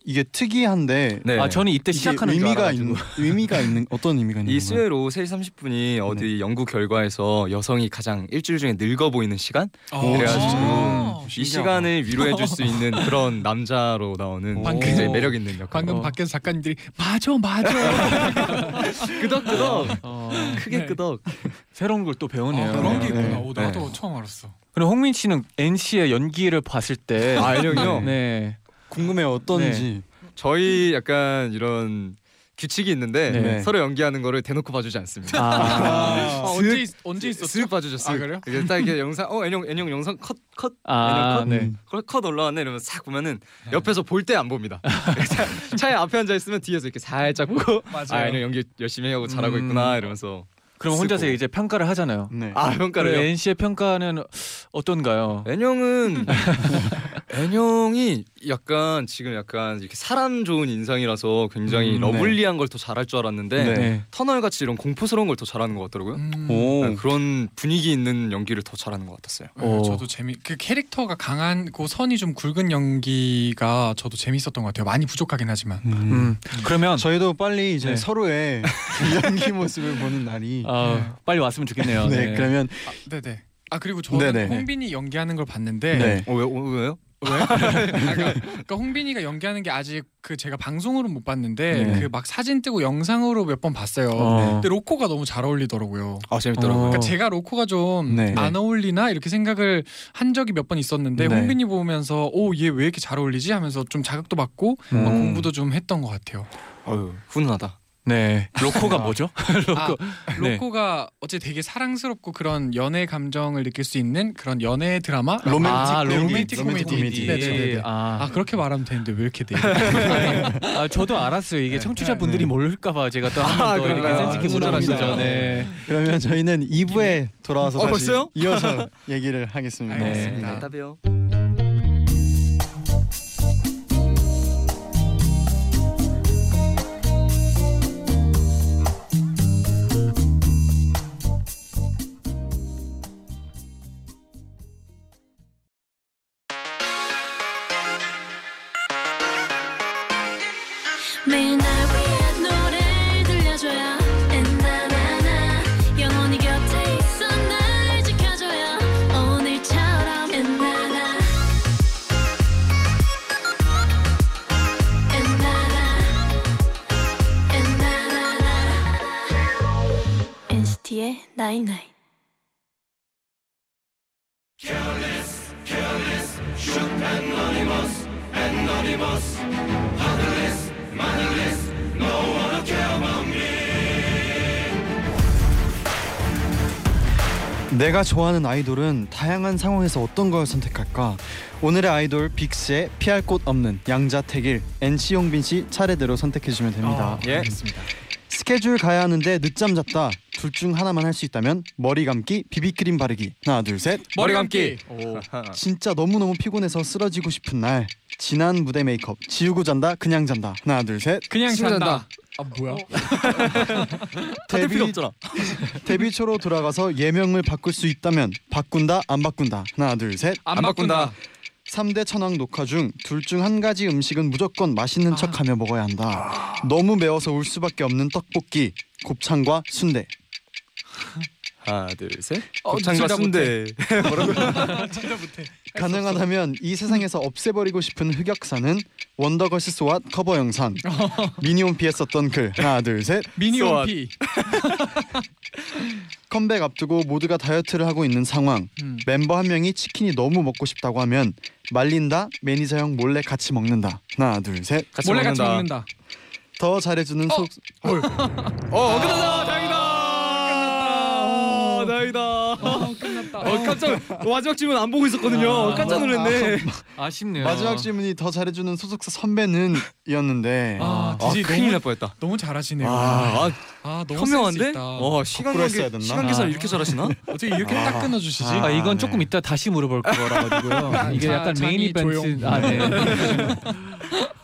Speaker 2: 이게 특이한데
Speaker 7: 네.
Speaker 3: 아, 저는 이때
Speaker 2: 이게
Speaker 3: 시작하는 줄
Speaker 2: 의미가
Speaker 3: 알아가지고.
Speaker 2: 있는 의미가 있는 어떤 의미가 있는
Speaker 7: 이
Speaker 2: 건가요?
Speaker 7: 수요일 오후 3시 30분이 어디
Speaker 2: 네.
Speaker 7: 연구 결과에서 여성이 가장 일주일 중에 늙어 보이는 시간?
Speaker 6: 아,
Speaker 7: 그래가지고 이 시간을 위로해 줄 수 있는 그런 남자로 나오는
Speaker 6: 방금-
Speaker 7: 굉장히 매력 있는 역할.
Speaker 6: 방금
Speaker 7: 어.
Speaker 6: 밖에서 작가님들이 맞아 맞아
Speaker 7: 끄덕끄덕
Speaker 3: 어,
Speaker 7: 크게
Speaker 6: 네.
Speaker 7: 끄덕.
Speaker 3: 새로운 걸 또 배우네요.
Speaker 6: 아, 그런 게
Speaker 2: 네,
Speaker 6: 있구나.
Speaker 2: 네.
Speaker 6: 오, 나도 처음 알았어.
Speaker 3: 그럼 홍민 씨는 NC의 연기를 봤을 때
Speaker 7: 아, N형이요?
Speaker 3: 네.
Speaker 2: 궁금해요. 어떤지.
Speaker 7: 저희 약간 이런 규칙이 있는데
Speaker 3: 네.
Speaker 7: 서로 연기하는 거를 대놓고 봐주지 않습니다.
Speaker 3: 아.
Speaker 6: 아, 언제 있- 언제 있었어?
Speaker 7: 쓱 봐주셨어요.
Speaker 6: 아, 그래요?
Speaker 7: 이게 딱 이렇게 영상 어 애용 애용 영상 컷 컷.
Speaker 3: 아,
Speaker 7: 컷?
Speaker 3: 네.
Speaker 7: 그걸 컷 올라왔네 이러면 싹 보면은 옆에서 볼 때 안 봅니다. 차- 차에 앞에 앉아 있으면 뒤에서 이렇게 살짝 보고
Speaker 6: 맞아요.
Speaker 7: 아 애용 연기 열심히 하고 잘하고
Speaker 3: 음.
Speaker 7: 있구나 이러면서
Speaker 3: 그럼 혼자서
Speaker 7: 쓰고.
Speaker 3: 이제 평가를 하잖아요.
Speaker 2: 네.
Speaker 7: 아
Speaker 3: 그럼
Speaker 7: 평가를요.
Speaker 3: NC의 평가는 어떤가요?
Speaker 7: 애녕은 애녕이 약간 지금 약간 이렇게 사람 좋은 인상이라서
Speaker 2: 음,
Speaker 7: 굉장히
Speaker 2: 네.
Speaker 7: 러블리한 걸 더 잘할 줄 알았는데
Speaker 2: 네.
Speaker 7: 터널 같이 이런 공포스러운 걸 더 잘하는 것 같더라고요.
Speaker 6: 음.
Speaker 2: 오.
Speaker 7: 네, 그런 분위기 있는 연기를 더 잘하는 것 같았어요.
Speaker 6: 네,
Speaker 3: 오.
Speaker 6: 저도 재미 그 캐릭터가 강한 그 선이 좀 굵은 연기가 저도 재밌었던 것 같아요. 많이 부족하긴 하지만.
Speaker 2: 음.
Speaker 3: 음. 그러면
Speaker 2: 저희도 빨리 이제
Speaker 3: 네.
Speaker 2: 서로의 연기 모습을 보는 날이
Speaker 7: 아,
Speaker 6: 네.
Speaker 3: 어, 빨리 왔으면 좋겠네요.
Speaker 2: 네, 그러면
Speaker 6: 네네. 아 그리고 저는
Speaker 2: 네네.
Speaker 6: 홍빈이 연기하는 걸 봤는데
Speaker 2: 네.
Speaker 7: 어, 왜, 어, 왜요?
Speaker 6: 아, 그러니까, 그러니까 홍빈이가 연기하는 게 아직 그 제가 방송으로 못 봤는데
Speaker 2: 네.
Speaker 6: 그 막 사진 뜨고 영상으로 몇 번 봤어요. 네.
Speaker 3: 어.
Speaker 6: 근데 로코가 너무 잘 어울리더라고요.
Speaker 7: 아
Speaker 3: 어.
Speaker 7: 재밌더라고요.
Speaker 6: 그러니까 제가 로코가 좀
Speaker 2: 네.
Speaker 6: 안 어울리나 이렇게 생각을 한 적이 몇 번 있었는데
Speaker 2: 네.
Speaker 6: 홍빈이 보면서 오 얘 왜 이렇게 잘 어울리지 하면서 좀 자극도 받고
Speaker 2: 음.
Speaker 6: 막 공부도 좀 했던 것 같아요.
Speaker 7: 어휴, 훈훈하다.
Speaker 3: 네. 로코가 뭐죠?
Speaker 6: 아,
Speaker 3: 로코. 네.
Speaker 6: 로코가 어째 되게 사랑스럽고 그런 연애 감정을 느낄 수 있는 그런 연애 드라마
Speaker 2: 로맨틱
Speaker 3: 아,
Speaker 2: 연기,
Speaker 6: 로맨틱 코미디. 네네네.
Speaker 3: 아,
Speaker 6: 아 그렇게 말하면 되는데 왜 이렇게 돼?
Speaker 3: 아, 저도 알았어요. 이게 청취자분들이
Speaker 2: 네.
Speaker 3: 모를까봐 제가 또 한 번 더 이렇게
Speaker 7: 그런가요?
Speaker 3: 센스있게
Speaker 7: 아,
Speaker 3: 물어봤죠.
Speaker 7: 친절하시다.
Speaker 3: 네.
Speaker 2: 그러면 저희는 2부에 돌아와서
Speaker 7: 어,
Speaker 2: 다시
Speaker 7: 벌써요?
Speaker 2: 이어서 얘기를 하겠습니다.
Speaker 6: 알겠습니다. 네.
Speaker 7: 따비요.
Speaker 4: 매일 날 위한 노래를 들려줘요 엔나나나 영원히 곁에 있어 날 지켜줘요 오늘처럼 엔나나 엔나나 엔나나나 NCT의 나잇나잇
Speaker 5: Careless,
Speaker 2: 내가 좋아하는 아이돌은 다양한 상황에서 어떤 걸 선택할까? 오늘의 아이돌 빅스의 피할 곳 없는 양자택일 NC 용빈 씨 차례대로 선택해 주시면 됩니다.
Speaker 6: 아,
Speaker 7: 예.
Speaker 6: 알겠습니다.
Speaker 2: 스케줄 가야 하는데 늦잠 잤다. 둘 중 하나만 할 수 있다면 머리 감기, 비비크림 바르기. 하나, 둘, 셋.
Speaker 6: 머리 감기.
Speaker 2: 진짜 너무너무 피곤해서 쓰러지고 싶은 날. 지난 무대 메이크업 지우고 잔다 그냥 잔다 하나 둘 셋
Speaker 6: 그냥
Speaker 9: 신기하다.
Speaker 6: 잔다. 아 뭐야?
Speaker 7: 다들 필요 없잖아.
Speaker 2: 데뷔 초로 돌아가서 예명을 바꿀 수 있다면 바꾼다 안 바꾼다 하나 둘셋
Speaker 6: 안,
Speaker 7: 안
Speaker 6: 바꾼다.
Speaker 7: 바꾼다.
Speaker 2: 3대 천왕 녹화 중 둘 중 한 가지 음식은 무조건 맛있는 척하며 먹어야 한다. 너무 매워서 울 수밖에 없는 떡볶이, 곱창과 순대.
Speaker 7: 하나 둘 셋.
Speaker 6: 어,
Speaker 7: 곱창과
Speaker 6: 둘다
Speaker 7: 순대.
Speaker 2: 가능하다면 이 세상에서 없애버리고 싶은 흑역사는 원더걸스 소왑 커버 영상. 미니홈피에 썼던 글. 하나 둘 셋.
Speaker 6: 미니
Speaker 7: 소원.
Speaker 6: 원피.
Speaker 2: 컴백 앞두고 모두가 다이어트를 하고 있는 상황.
Speaker 6: 음.
Speaker 2: 멤버 한 명이 치킨이 너무 먹고 싶다고 하면 말린다. 매니저 형 몰래 같이 먹는다. 하나 둘 셋.
Speaker 7: 같이
Speaker 6: 몰래 같이
Speaker 7: 먹는다.
Speaker 6: 먹는다.
Speaker 2: 더 잘해주는 속.
Speaker 6: 어,
Speaker 7: 어 끝났다. 다행이다. 다행이다.
Speaker 6: 어, 끝났다.
Speaker 7: 어 깜짝 마지막 질문 안 보고 있었거든요. 깜짝 놀랐네.
Speaker 3: 아쉽네요.
Speaker 2: 마지막 질문이 더 잘해주는 소속사 선배는 이었는데
Speaker 6: 아,
Speaker 7: 아
Speaker 6: 디제이
Speaker 7: 큰일
Speaker 6: 너무,
Speaker 7: 날 뻔했다.
Speaker 6: 너무 잘하시네요. 아,
Speaker 7: 아,
Speaker 6: 너무 센스
Speaker 7: 현명한데?
Speaker 6: 있다.
Speaker 7: 어 시간
Speaker 2: 거꾸로 했어야
Speaker 7: 관계
Speaker 2: 됐나?
Speaker 7: 시간 계산 이렇게 잘하시나?
Speaker 6: 어떻게 이렇게 딱 끊어주시지?
Speaker 3: 아, 이건
Speaker 2: 네.
Speaker 3: 조금 이따 다시 물어볼 거라 가지고요. 이게
Speaker 6: 자,
Speaker 3: 약간 메인
Speaker 6: 찬이
Speaker 3: 이벤트.
Speaker 6: 조용.
Speaker 3: 아, 네.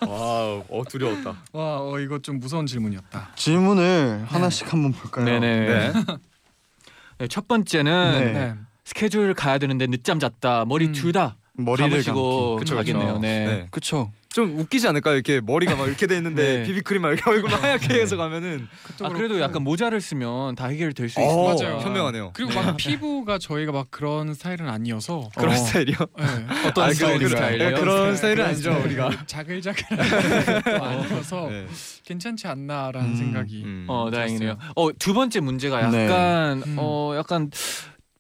Speaker 7: 와우, 어 두려웠다.
Speaker 6: 와, 어, 이거 좀 무서운 질문이었다. 네.
Speaker 2: 질문을 하나씩 한번 볼까요?
Speaker 3: 네네.
Speaker 7: 네.
Speaker 3: 네, 첫 번째는
Speaker 2: 네.
Speaker 6: 네.
Speaker 3: 스케줄 가야 되는데 늦잠 잤다. 머리
Speaker 6: 음.
Speaker 3: 둘 다 아,
Speaker 2: 머리를
Speaker 3: 감으시고
Speaker 7: 그쵸,
Speaker 3: 가겠네요.
Speaker 7: 그쵸.
Speaker 3: 네.
Speaker 7: 네.
Speaker 2: 그쵸.
Speaker 7: 좀 웃기지 않을까요? 이렇게 머리가 막 이렇게 돼 있는데
Speaker 3: 네.
Speaker 7: 비비크림 막 이렇게 얼굴 하얗게 해서 가면은
Speaker 3: 아 그래도 약간 모자를 쓰면 다 해결될 수
Speaker 7: 어,
Speaker 3: 있어요.
Speaker 6: 맞아요.
Speaker 7: 현명하네요.
Speaker 6: 그리고 막 피부가 저희가 막 그런 스타일은 아니어서
Speaker 7: 그런
Speaker 6: 어,
Speaker 7: 스타일이요.
Speaker 6: 네.
Speaker 3: 어떤
Speaker 7: 아, 그-
Speaker 3: 스타일인가요?
Speaker 7: 그- 네, 그런 스타일은 아니죠 우리가.
Speaker 6: 자글자글한 거 아니어서
Speaker 7: 네.
Speaker 6: 괜찮지 않나라는
Speaker 2: 음,
Speaker 6: 생각이.
Speaker 7: 음.
Speaker 3: 어 다행이네요. 어 두 번째 문제가
Speaker 2: 네.
Speaker 3: 약간
Speaker 6: 음.
Speaker 3: 어 약간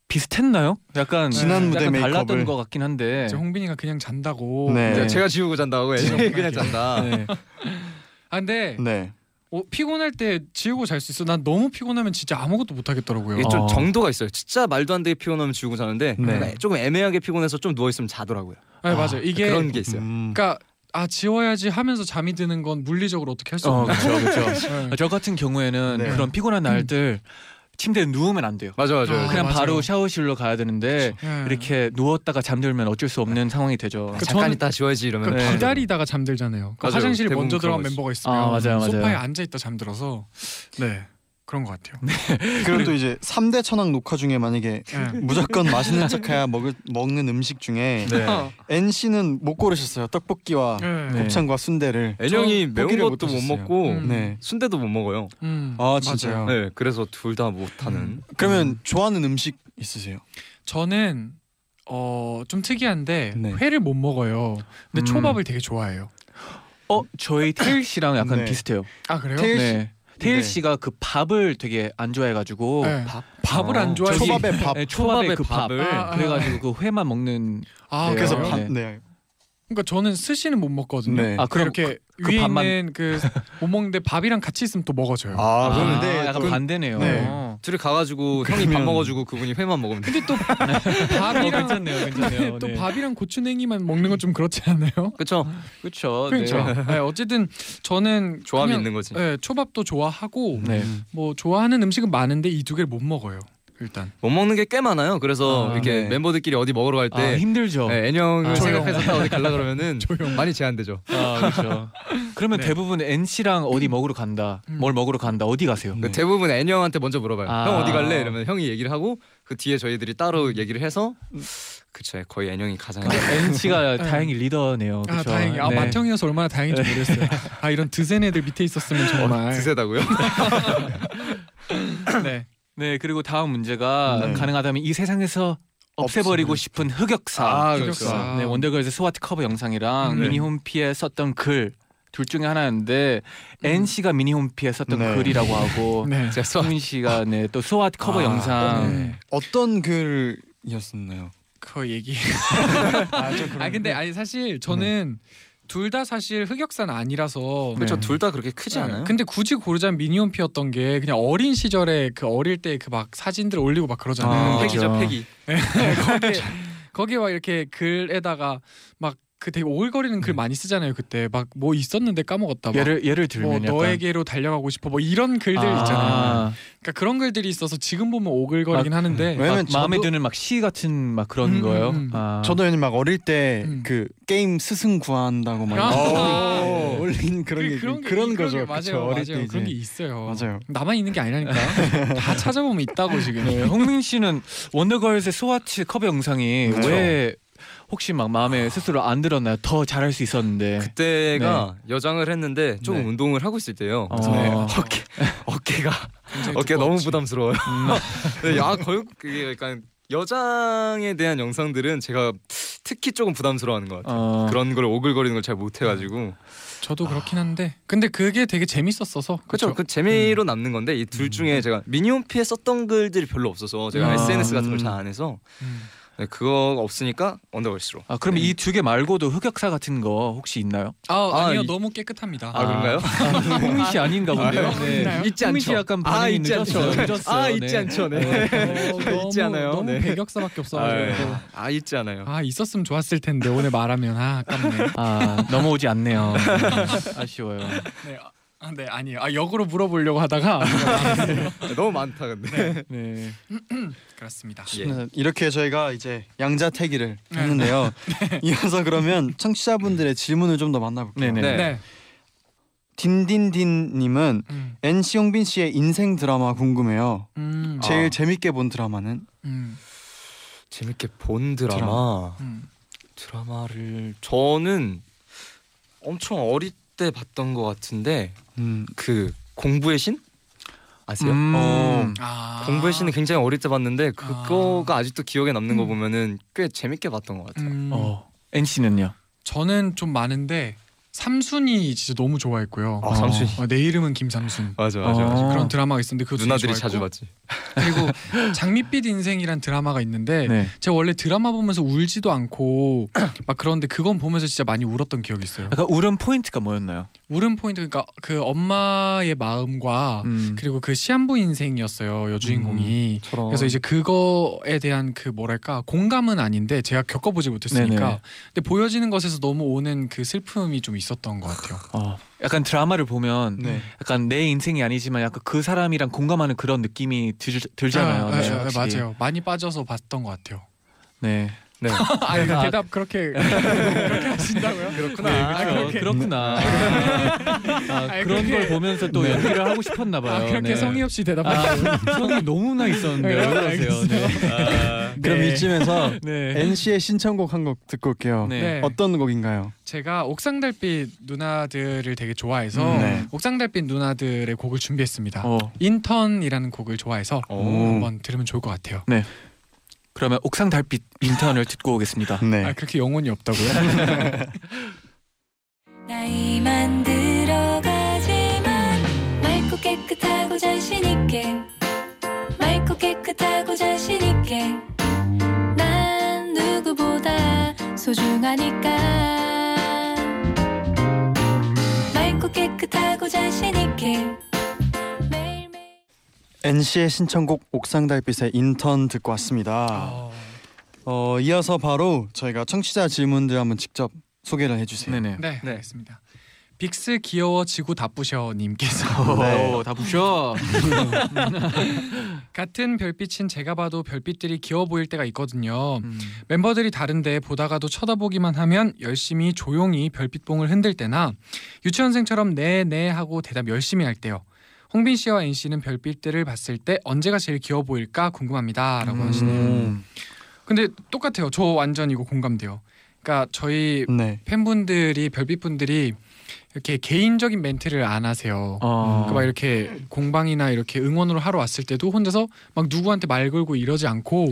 Speaker 3: 비슷했나요? 약간
Speaker 2: 지난 무대
Speaker 3: 약간 달랐던
Speaker 2: 메이크업을.
Speaker 3: 것 같긴 한데.
Speaker 6: 이제 홍빈이가 그냥 잔다고.
Speaker 2: 네.
Speaker 7: 이제 제가 지우고 잔다고 해. 그냥 잔다.
Speaker 3: 네.
Speaker 6: 아 근데
Speaker 2: 네.
Speaker 6: 어, 피곤할 때 지우고 잘 수 있어. 난 너무 피곤하면 진짜 아무것도 못 하겠더라고요.
Speaker 7: 이게 좀
Speaker 3: 어.
Speaker 7: 정도가 있어요. 진짜 말도 안 되게 피곤하면 지우고 자는데
Speaker 2: 네.
Speaker 7: 약간 조금 애매하게 피곤해서 좀 누워 있으면 자더라고요. 그러니까
Speaker 6: 네, 맞아요. 이게
Speaker 7: 그런 게 있어요.
Speaker 2: 음.
Speaker 6: 그러니까 아 지워야지 하면서 잠이 드는 건 물리적으로 어떻게 할 수
Speaker 3: 어
Speaker 6: 없는 네.
Speaker 3: 그렇죠 그렇죠.
Speaker 6: 거예요.
Speaker 3: 저 같은 경우에는
Speaker 2: 네.
Speaker 3: 그런 피곤한 날들 침대에 누우면 안 돼요.
Speaker 7: 맞아 맞아.
Speaker 6: 아,
Speaker 7: 요
Speaker 3: 그냥
Speaker 6: 맞아요.
Speaker 3: 바로 샤워실로 가야 되는데
Speaker 6: 네.
Speaker 3: 이렇게 누웠다가 잠들면 어쩔 수 없는 상황이 되죠.
Speaker 6: 음. 그
Speaker 7: 잠깐
Speaker 6: 저는-
Speaker 7: 있다 지워야지 이러면
Speaker 6: 그러니까
Speaker 7: 네.
Speaker 6: 기다리다가 잠들잖아요. 그러니까
Speaker 7: 맞아요.
Speaker 6: 화장실 먼저
Speaker 7: 대부분
Speaker 6: 들어간
Speaker 7: 그런
Speaker 6: 멤버가 있으면
Speaker 3: 아, 맞아요, 맞아요.
Speaker 6: 소파에 앉아 있다 잠들어서 네 그런 것 같아요.
Speaker 2: 그리고 또 이제 3대 천왕 녹화 중에 만약에
Speaker 6: 네.
Speaker 2: 무조건 맛있는 척해야 먹을, 먹는 음식 중에
Speaker 7: 네.
Speaker 2: NC는 못 고르셨어요. 떡볶이와
Speaker 6: 네.
Speaker 3: 네.
Speaker 2: 곱창과 순대를.
Speaker 7: 애령이 매운
Speaker 2: 포기를
Speaker 7: 것도 못
Speaker 2: 못하셨어요.
Speaker 7: 먹고
Speaker 6: 음.
Speaker 2: 네.
Speaker 7: 순대도 못 먹어요.
Speaker 6: 음,
Speaker 2: 아,
Speaker 6: 맞아요.
Speaker 2: 진짜요?
Speaker 7: 네, 그래서 둘 다 못하는.
Speaker 2: 그러면 좋아하는 음식 있으세요?
Speaker 6: 저는 어좀 특이한데
Speaker 2: 네.
Speaker 6: 회를 못 먹어요. 근데
Speaker 3: 음.
Speaker 6: 초밥을 되게 좋아해요.
Speaker 3: 어 저희 테일 씨랑 약간
Speaker 2: 네.
Speaker 3: 비슷해요.
Speaker 6: 아 그래요?
Speaker 2: 테일 씨-
Speaker 3: 네. 테일
Speaker 2: 네.
Speaker 3: 씨가 그 밥을 되게 안 좋아해가지고
Speaker 6: 네.
Speaker 3: 밥
Speaker 6: 밥을 안 좋아해서
Speaker 3: 저기-
Speaker 2: 초밥에 밥.
Speaker 3: 네, 초밥에
Speaker 7: 초밥에
Speaker 3: 그 밥.
Speaker 7: 밥을.
Speaker 6: 아, 아,
Speaker 3: 그래가지고 그 회만 먹는
Speaker 6: 아
Speaker 3: 네,
Speaker 6: 그래서
Speaker 2: 그래서
Speaker 3: 네.
Speaker 2: 밥.
Speaker 6: 밥.
Speaker 2: 네.
Speaker 6: 그러니까 저는 스시는 못 먹거든요.
Speaker 2: 네.
Speaker 3: 아 그럼
Speaker 6: 이렇게
Speaker 3: 그
Speaker 6: 위에
Speaker 3: 밥만-
Speaker 6: 있는 그 못 먹는데 밥이랑 같이 있으면 또 먹어줘요.
Speaker 2: 아,
Speaker 3: 아,
Speaker 2: 그런데
Speaker 3: 약간
Speaker 2: 또-
Speaker 3: 반대네요.
Speaker 2: 네.
Speaker 3: 어.
Speaker 7: 둘이 가가지고 형이 밥 먹어주고 그분이 회만 먹으면 돼.
Speaker 6: 근데 또
Speaker 3: 어,
Speaker 6: 밥이랑
Speaker 3: 괜찮네요, 괜찮네요.
Speaker 6: 또
Speaker 3: 네.
Speaker 6: 밥이랑 고추냉이만 먹는 건 좀 그렇지 않아요?
Speaker 7: 그쵸?
Speaker 3: 그렇죠.
Speaker 6: 그렇죠. 네, 어쨌든 저는
Speaker 7: 조합이
Speaker 6: 그냥,
Speaker 7: 있는 거지.
Speaker 6: 네, 초밥도 좋아하고
Speaker 3: 네. 네.
Speaker 6: 뭐 좋아하는 음식은 많은데 이 두 개를 못 먹어요. 일단
Speaker 7: 못 먹는 게 꽤 많아요. 그래서
Speaker 3: 아,
Speaker 7: 이렇게
Speaker 3: 네.
Speaker 7: 멤버들끼리 어디 먹으러 갈
Speaker 3: 아
Speaker 7: 때
Speaker 3: 힘들죠.
Speaker 7: 네, 애녕을
Speaker 3: 아, 조용.
Speaker 7: 생각해서 딱 어디 갈라 그러면은
Speaker 6: 조용.
Speaker 7: 많이 제한되죠.
Speaker 3: 아 그렇죠. 그러면
Speaker 6: 네.
Speaker 3: 대부분 NC랑 어디 먹으러 간다,
Speaker 6: 음.
Speaker 3: 뭘 먹으러 간다, 어디 가세요? 네.
Speaker 7: 그 대부분 애녕한테 먼저 물어봐요.
Speaker 3: 음. 아.
Speaker 7: 형 어디 갈래? 이러면 형이 얘기를 하고 그 뒤에 저희들이 따로 얘기를 해서 음, 그쵸 거의 애녕이 가장
Speaker 3: 그 NC가
Speaker 6: 네.
Speaker 3: 다행히 리더네요. 그렇죠?
Speaker 6: 아 다행이 아
Speaker 3: 네.
Speaker 6: 맏형이어서 얼마나 다행인지 모르겠어요. 아 이런 드센 애들 밑에 있었으면 정말
Speaker 7: 드세다고요.
Speaker 6: 네.
Speaker 3: 네 그리고 다음 문제가
Speaker 2: 네.
Speaker 3: 가능하다면 이 세상에서 없애버리고
Speaker 2: 없애버리고
Speaker 3: 싶은 흑역사.
Speaker 7: 아,
Speaker 6: 흑역사.
Speaker 7: 그렇죠.
Speaker 6: 아.
Speaker 3: 네 원더걸스 스와트 커버 영상이랑
Speaker 6: 음.
Speaker 3: 미니 홈피에 썼던 글 둘 중에 하나였는데
Speaker 6: 음.
Speaker 3: NC가 미니 홈피에 썼던
Speaker 2: 네.
Speaker 3: 글이라고 하고
Speaker 6: 네.
Speaker 7: 제가 수
Speaker 3: 수민 씨가 네 또 스와트 커버
Speaker 2: 아,
Speaker 3: 영상
Speaker 6: 네.
Speaker 2: 어떤 글이었었나요?
Speaker 6: 그거 얘기.
Speaker 2: 아, 저
Speaker 6: 아 근데 아니 사실 저는 둘 다 사실 흑역사는 아니라서
Speaker 7: 그렇죠. 둘 다 그렇게 크지
Speaker 6: 네.
Speaker 7: 않아요?
Speaker 6: 근데 굳이 고르자면 미니홈피였던 게 그냥 어린 시절에 그 어릴 때 그 막 사진들 올리고 막 그러잖아요. 음, 그렇죠.
Speaker 2: 아,
Speaker 6: 거기-
Speaker 7: 팩이죠, 팩이.
Speaker 6: 거기에 거기에 막 이렇게 글에다가 막 그 되게 오글거리는 글 많이 쓰잖아요. 그때 막 뭐 있었는데 까먹었다. 막.
Speaker 2: 음. 예를 예를
Speaker 6: 뭐
Speaker 2: 들면 약간
Speaker 6: 너에게로 달려가고 싶어 뭐 이런 글들
Speaker 2: 아.
Speaker 6: 있잖아요. 그러니까 그런 글들이 있어서 지금 보면
Speaker 2: 아,
Speaker 6: 오글거리긴 하는데
Speaker 2: 왜? 왜냐면
Speaker 3: 막 마음에
Speaker 2: 저도-
Speaker 3: 드는 막 시 같은 막 그런
Speaker 6: 음,
Speaker 3: 거예요.
Speaker 6: 음, 음.
Speaker 3: 아.
Speaker 2: 저도 요즘 막 어릴 때
Speaker 6: 음.
Speaker 2: 그 게임 스승 구한다고 막
Speaker 6: 아.
Speaker 2: 올린- 올린
Speaker 6: 그-
Speaker 2: 그런 게
Speaker 6: 그런 게
Speaker 2: 그런
Speaker 6: 이-
Speaker 2: 거죠.
Speaker 6: 게
Speaker 2: 그쵸,
Speaker 6: 맞아요.
Speaker 2: 어릴 때
Speaker 6: 맞아요.
Speaker 2: 이제
Speaker 6: 그런 게 있어요.
Speaker 2: 맞아요.
Speaker 6: 나만 있는 게 아니라니까. 다 찾아보면 있다고 지금.
Speaker 3: 네, 홍민 씨는 원더걸스의 스와치 컵의 영상이
Speaker 2: 그쵸.
Speaker 3: 왜 혹시 막 마음에 스스로 안 들었나요? 더 잘할 수 있었는데.
Speaker 7: 그때가 여장을 했는데 조금
Speaker 3: 네.
Speaker 7: 운동을 하고 있을 때요.
Speaker 3: 어.
Speaker 7: 그래서
Speaker 3: 네.
Speaker 7: 어깨 어깨가
Speaker 6: 굉장히
Speaker 7: 어깨 너무
Speaker 6: 두꺼웠지.
Speaker 7: 부담스러워요. 네, 야 결국 그게 약간 여장에 대한 영상들은 제가 특히 조금 부담스러워하는 것 같아요.
Speaker 3: 어,
Speaker 7: 그런 걸 오글거리는 걸 잘 못해가지고
Speaker 6: 저도 그렇긴 한데 근데 그게 되게 재밌었어서
Speaker 7: 그렇죠. 그 재미로 남는 건데 이 둘 중에 제가 미니홈피에 썼던 글들이 별로 없어서 제가
Speaker 3: 아,
Speaker 7: SNS
Speaker 2: 음.
Speaker 7: 같은 걸 잘 안 해서
Speaker 6: 음.
Speaker 7: 네, 그거 없으니까 언더걸스로.
Speaker 3: 아 그럼 이 두 개 말고도 흑역사 같은 거 혹시 있나요?
Speaker 6: 아,
Speaker 7: 아,
Speaker 6: 아니요
Speaker 7: 이-
Speaker 6: 너무 깨끗합니다.
Speaker 7: 아, 그런가요?
Speaker 3: 홍민 씨 아닌가 본데요.
Speaker 6: 있나요?
Speaker 7: 있지
Speaker 3: 홍민 씨
Speaker 7: 않죠.
Speaker 3: 약간
Speaker 7: 아
Speaker 3: 반응이
Speaker 7: 있지 않죠.
Speaker 3: 늦었어요. 늦었어요.
Speaker 7: 아
Speaker 3: 네.
Speaker 7: 있지 않죠. 네.
Speaker 6: 어,
Speaker 7: 있지
Speaker 6: 너무-
Speaker 7: 않아요?
Speaker 6: 너무
Speaker 7: 네.
Speaker 6: 배격사밖에 없어가지고.
Speaker 7: 아, 아 있지 않아요.
Speaker 6: 아 있었으면 좋았을 텐데 오늘 말하면 아, 아깝네.
Speaker 3: 아 넘어오지 않네요. 음, 아쉬워요.
Speaker 6: 네, 아, 아, 네 아니에요. 아 역으로 물어보려고 하다가
Speaker 7: 너무 많다 근데.
Speaker 3: 네.
Speaker 6: 그렇습니다.
Speaker 7: 예.
Speaker 2: 네, 이렇게 저희가 이제 양자태기를
Speaker 6: 네.
Speaker 2: 했는데요. 이어서 그러면 청취자분들의 질문을 좀 더 만나볼게요.
Speaker 3: 네네.
Speaker 7: 네.
Speaker 6: 네.
Speaker 2: 딘딘딘님은
Speaker 6: 음.
Speaker 2: NC 용빈 씨의 인생 드라마 궁금해요.
Speaker 6: 음.
Speaker 2: 제일
Speaker 7: 아.
Speaker 2: 재밌게 본 드라마는?
Speaker 6: 음.
Speaker 7: 재밌게 본 드라마.
Speaker 6: 음.
Speaker 7: 드라마를 저는 엄청 어릴 때 봤던 것 같은데
Speaker 2: 음,
Speaker 7: 그 공부의 신 아세요?
Speaker 3: 음.
Speaker 7: 어,
Speaker 6: 아.
Speaker 7: 공부의 신은 굉장히 어릴 때 봤는데 그거가 아직도 기억에 남는 거 보면은 꽤 재밌게 봤던 것 같아요.
Speaker 6: 음.
Speaker 3: 어. N 씨는요?
Speaker 6: 저는 좀 많은데 삼순이 진짜 너무 좋아했고요.
Speaker 7: 아, 삼순이.
Speaker 6: 어, 내 이름은
Speaker 2: 음.
Speaker 6: 김삼순.
Speaker 7: 맞아
Speaker 3: 맞아, 맞아. 어.
Speaker 6: 그런 드라마가 있었는데 그거
Speaker 7: 누나들이 자주 봤지.
Speaker 6: 그리고 장밋빛 인생이란 드라마가 있는데
Speaker 3: 네.
Speaker 6: 제가 원래 드라마 보면서 울지도 않고 막 그런데 그건 보면서 진짜 많이 울었던 기억이 있어요.
Speaker 3: 약간 울음 포인트가 뭐였나요?
Speaker 6: 울음 포인트 그러니까 그 엄마의 마음과
Speaker 3: 음.
Speaker 6: 그리고 그 시한부 인생이었어요 여주인공이.
Speaker 3: 어.
Speaker 6: 그래서 이제 그거에 대한 그 뭐랄까 공감은 아닌데 제가 겪어보지 못했으니까
Speaker 3: 네네.
Speaker 6: 근데 보여지는 것에서 너무 오는 그 슬픔이 좀 있었던 것 같아요.
Speaker 3: 어, 약간 드라마를 보면
Speaker 2: 네.
Speaker 3: 약간 내 인생이 아니지만 약간 그 사람이랑 공감하는 그런 느낌이 들, 들잖아요. 네,
Speaker 6: 아, 아, 아,
Speaker 3: 확실히.
Speaker 6: 맞아요. 많이 빠져서 봤던 것 같아요.
Speaker 3: 네.
Speaker 7: 네.
Speaker 6: 아, 이거 대답 그렇게 그렇게 하신다고요?
Speaker 7: 그렇구나.
Speaker 3: 아,
Speaker 6: 그렇게.
Speaker 3: 그렇구나. 아, 그런
Speaker 6: 아니, 그렇게-
Speaker 3: 걸 보면서 또 연기를 하고 싶었나 봐요.
Speaker 6: 아, 그렇게
Speaker 3: 네.
Speaker 6: 성의 없이 대답하시.
Speaker 3: 아, 성이 너무나 있었는데 왜 그러세요? 네.
Speaker 2: 그럼 이쯤에서
Speaker 3: 네.
Speaker 2: NC의 신청곡 한 곡 듣고 올게요.
Speaker 3: 네.
Speaker 6: 네.
Speaker 2: 어떤 곡인가요?
Speaker 6: 제가 옥상달빛 누나들을 되게 좋아해서
Speaker 3: 음,
Speaker 2: 네.
Speaker 6: 옥상달빛 누나들의 곡을 준비했습니다.
Speaker 3: 어,
Speaker 6: 인턴이라는 곡을 좋아해서
Speaker 7: 오.
Speaker 6: 한번 들으면 좋을 것 같아요.
Speaker 3: 그러면 옥상 달빛 인턴을 듣고 오겠습니다.
Speaker 2: 네.
Speaker 6: 아 그렇게 영혼이 없다고요?
Speaker 4: 나이 만들어 가지만 맑고 깨끗하고 자신 있게 맑고 깨끗하고 자신 있게 난 누구보다 소중하니까 맑고 깨끗하고 자신 있게 매일매일
Speaker 2: NC의 신청곡 옥상달빛의 인턴 듣고 왔습니다.
Speaker 6: 아,
Speaker 2: 어, 이어서 바로 저희가 청취자 질문들 한번 직접 소개를 해주세요.
Speaker 3: 네네.
Speaker 6: 네, 알겠습니다. 빅스 귀여워 지구 다쁘셔 님께서
Speaker 2: 네.
Speaker 3: 오, 다 부셔.
Speaker 6: 같은 별빛인 제가 봐도 별빛들이 귀여워 보일 때가 있거든요.
Speaker 3: 음.
Speaker 6: 멤버들이 다른데 보다가도 쳐다보기만 하면 열심히 조용히 별빛봉을 흔들 때나 유치원생처럼 네네 하고 대답 열심히 할 때요. 홍빈 씨와 엔 씨는 별빛들을 봤을 때 언제가 제일 귀여워 보일까 궁금합니다라고 하시네요.
Speaker 2: 음.
Speaker 6: 근데 똑같아요. 저 완전 이거 공감돼요. 그러니까 저희
Speaker 2: 네.
Speaker 6: 팬분들이 별빛 분들이 이렇게 개인적인 멘트를 안 하세요.
Speaker 3: 어.
Speaker 6: 그러니까 그막 이렇게 공방이나 이렇게 응원으로 하러 왔을 때도 혼자서 막 누구한테 말 걸고 이러지 않고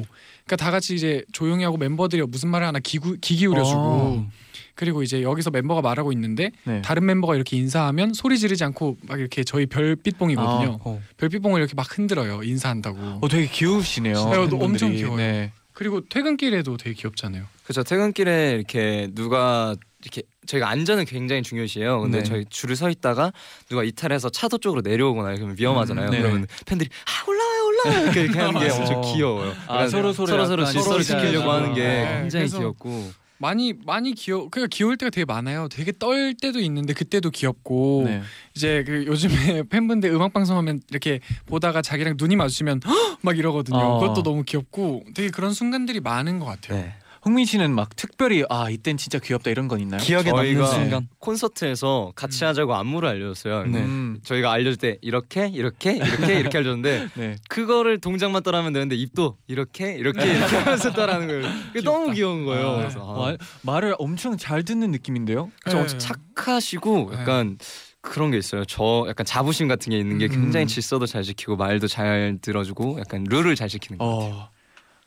Speaker 6: 그러니까 다 같이 이제 조용히 하고 멤버들이 무슨 말을 하나 기구, 귀 기울여주고
Speaker 3: 어.
Speaker 6: 그리고 이제 여기서 멤버가 말하고 있는데
Speaker 3: 네.
Speaker 6: 다른 멤버가 이렇게 인사하면 소리 지르지 않고 막 이렇게 저희 별빛봉이거든요
Speaker 2: 어.
Speaker 6: 별빛봉을 이렇게 막 흔들어요 인사한다고
Speaker 3: 아. 어, 되게 귀여우시네요.
Speaker 6: 네, 어, 엄청
Speaker 3: 팬분들이.
Speaker 6: 귀여워요.
Speaker 3: 네.
Speaker 6: 그리고 퇴근길에도 되게 귀엽잖아요.
Speaker 7: 그렇죠. 퇴근길에 이렇게 누가 이렇게 저희가 안전은 굉장히 중요시해요. 근데
Speaker 6: 네.
Speaker 7: 저희 줄을 서 있다가 누가 이탈해서 차도 쪽으로 내려오거나 그러면 위험하잖아요.
Speaker 6: 음, 네.
Speaker 7: 그러면 팬들이 아 올라와요 올라와요 이렇게, 이렇게 하는 게
Speaker 6: 맞아요.
Speaker 7: 진짜 귀여워요.
Speaker 9: 아,
Speaker 7: 약간
Speaker 9: 서로서로
Speaker 7: 서로 서로
Speaker 9: 약간
Speaker 7: 질서를
Speaker 6: 서로
Speaker 7: 지키려고 하는 게
Speaker 6: 네,
Speaker 7: 굉장히
Speaker 6: 그래서-
Speaker 7: 귀엽고
Speaker 6: 많이 많이 귀여 그러니까 귀여울 때가 되게 많아요. 되게 떨 때도 있는데 그때도 귀엽고
Speaker 9: 네.
Speaker 6: 이제 그 요즘에 팬분들 음악 방송하면 이렇게 보다가 자기랑 눈이 마주치면 "헉!" 막 이러거든요.
Speaker 9: 어.
Speaker 6: 그것도 너무 귀엽고 되게 그런 순간들이 많은 것 같아요.
Speaker 7: 네.
Speaker 9: 흥민 씨는 막 특별히 아 이땐 진짜 귀엽다 이런 건 있나요?
Speaker 2: 기억에 남는
Speaker 7: 저희가
Speaker 2: 순간.
Speaker 7: 콘서트에서 같이 하자고 안무를 알려줬어요.
Speaker 2: 네.
Speaker 9: 음,
Speaker 7: 저희가 알려줄 때 이렇게 이렇게 이렇게 이렇게 알려줬는데
Speaker 9: 네.
Speaker 7: 그거를 동작만 따라하면 되는데 입도 이렇게 이렇게 이렇게 하면서 따라하는 거예요. 그게 너무 귀여운 거예요.
Speaker 6: 아,
Speaker 7: 그래서 아.
Speaker 9: 말, 말을 엄청 잘 듣는 느낌인데요.
Speaker 7: 좀 엄청
Speaker 6: 네.
Speaker 7: 착하시고
Speaker 6: 네.
Speaker 7: 약간 그런 게 있어요. 저 약간 자부심 같은 게 있는 게 굉장히
Speaker 9: 음.
Speaker 7: 질서도 잘 지키고 말도 잘 들어주고 약간 룰을 잘 지키는 거.
Speaker 9: 어,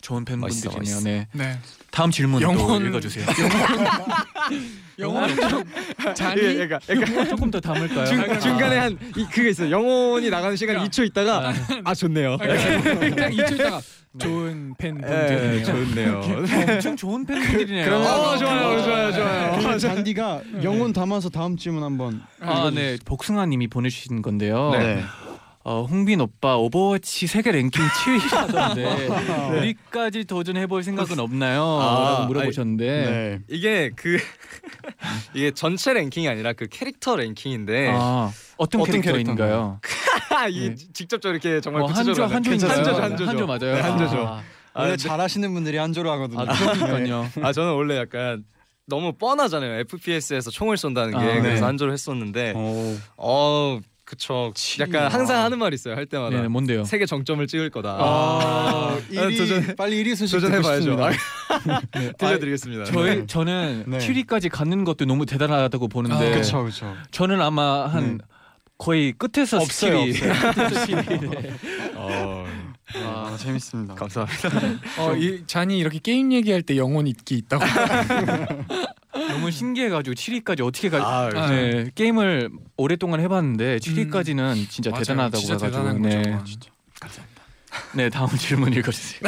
Speaker 9: 좋은
Speaker 7: 멋있어,
Speaker 9: 팬분들이네요.
Speaker 7: 멋있어.
Speaker 9: 네.
Speaker 6: 네.
Speaker 9: 다음 질문
Speaker 6: 영혼-
Speaker 9: 또 읽어주세요. 아,
Speaker 6: 영어는 좀 잔이
Speaker 7: 예, 약간, 약간
Speaker 9: 조금 더 담을까요? 아,
Speaker 7: 중, 중간에 한 이, 그게 있어요. 영혼이 나가는 시간
Speaker 6: 야.
Speaker 7: 2초 있다가 아 좋네요.
Speaker 6: 딱 2초 있다가 좋은
Speaker 7: 예,
Speaker 6: 팬분들이네요.
Speaker 7: 좋네요.
Speaker 9: 엄청 좋은 팬분들이네요.
Speaker 7: 그러면
Speaker 6: 어,
Speaker 7: 어, 좋아요, 좋아요, 좋아요.
Speaker 10: 그러면 잔디가 영혼 담아서 다음 질문 한번
Speaker 9: 아, 네. 복숭아님이 보내주신 건데요.
Speaker 7: 네.
Speaker 9: 어, 홍빈 오빠 오버워치 세계 랭킹 7위라던데 우리까지 도전해볼 생각은 없나요?
Speaker 7: 아,
Speaker 9: 라고 물어보셨는데
Speaker 10: 네.
Speaker 7: 이게 그 이게 전체 랭킹이 아니라 그 캐릭터 랭킹인데
Speaker 9: 아, 어떤,
Speaker 10: 어떤
Speaker 9: 캐릭터인가요?
Speaker 7: 이
Speaker 9: 네.
Speaker 7: 직접적 으로 이렇게 정말
Speaker 9: 어, 한조
Speaker 7: 구체적으로
Speaker 9: 한조
Speaker 7: 뭐 한조
Speaker 9: 한조
Speaker 7: 한조
Speaker 9: 한조 맞아요.
Speaker 7: 한조죠.
Speaker 9: 아,
Speaker 7: 아,
Speaker 2: 원래
Speaker 7: 근데-
Speaker 2: 잘하시는 분들이 한조로 하거든요.
Speaker 9: 아 그러니까요.
Speaker 7: 아 저는 원래 약간 너무 뻔하잖아요. FPS에서 총을 쏜다는 게
Speaker 9: 아, 네.
Speaker 7: 그래서 한조를 했었는데
Speaker 10: 오.
Speaker 7: 어 그쵸. 약간 항상 하는 말이 있어요. 할 때마다
Speaker 9: 아. 네, 뭔데요?
Speaker 7: 세계 정점을 찍을 거다.
Speaker 10: 아, 1위,
Speaker 7: 도전-
Speaker 10: 빨리 1위 소식 듣고
Speaker 7: 도전해봐야죠. 아,
Speaker 10: 싶습니다.
Speaker 7: 들려드리겠습니다.
Speaker 9: 네. 저희 저는
Speaker 10: 네.
Speaker 9: 7위까지 가는 것도 너무 대단하다고 보는데
Speaker 6: 아,
Speaker 10: 그렇죠, 그렇죠.
Speaker 9: 저는 아마 한 거의 끝에서
Speaker 10: 없어요,
Speaker 9: 7위. 끝에서 7위. 네.
Speaker 7: 어,
Speaker 10: 아, 재밌습니다.
Speaker 7: 감사합니다.
Speaker 6: 어, 이 잔이 이렇게 게임 얘기할 때 영혼 있기 있다고.
Speaker 9: 아, 너무 신기해가지고 7위까지 어떻게 가?
Speaker 7: 아,
Speaker 6: 그렇죠.
Speaker 9: 네, 게임을 오랫동안 해봤는데 7위까지는 진짜
Speaker 6: 맞아요.
Speaker 9: 대단하다고
Speaker 6: 진짜
Speaker 9: 해가지고
Speaker 6: 대단한
Speaker 9: 네.
Speaker 6: 거죠. 아, 진짜.
Speaker 9: 네 다음 질문 읽어주세요.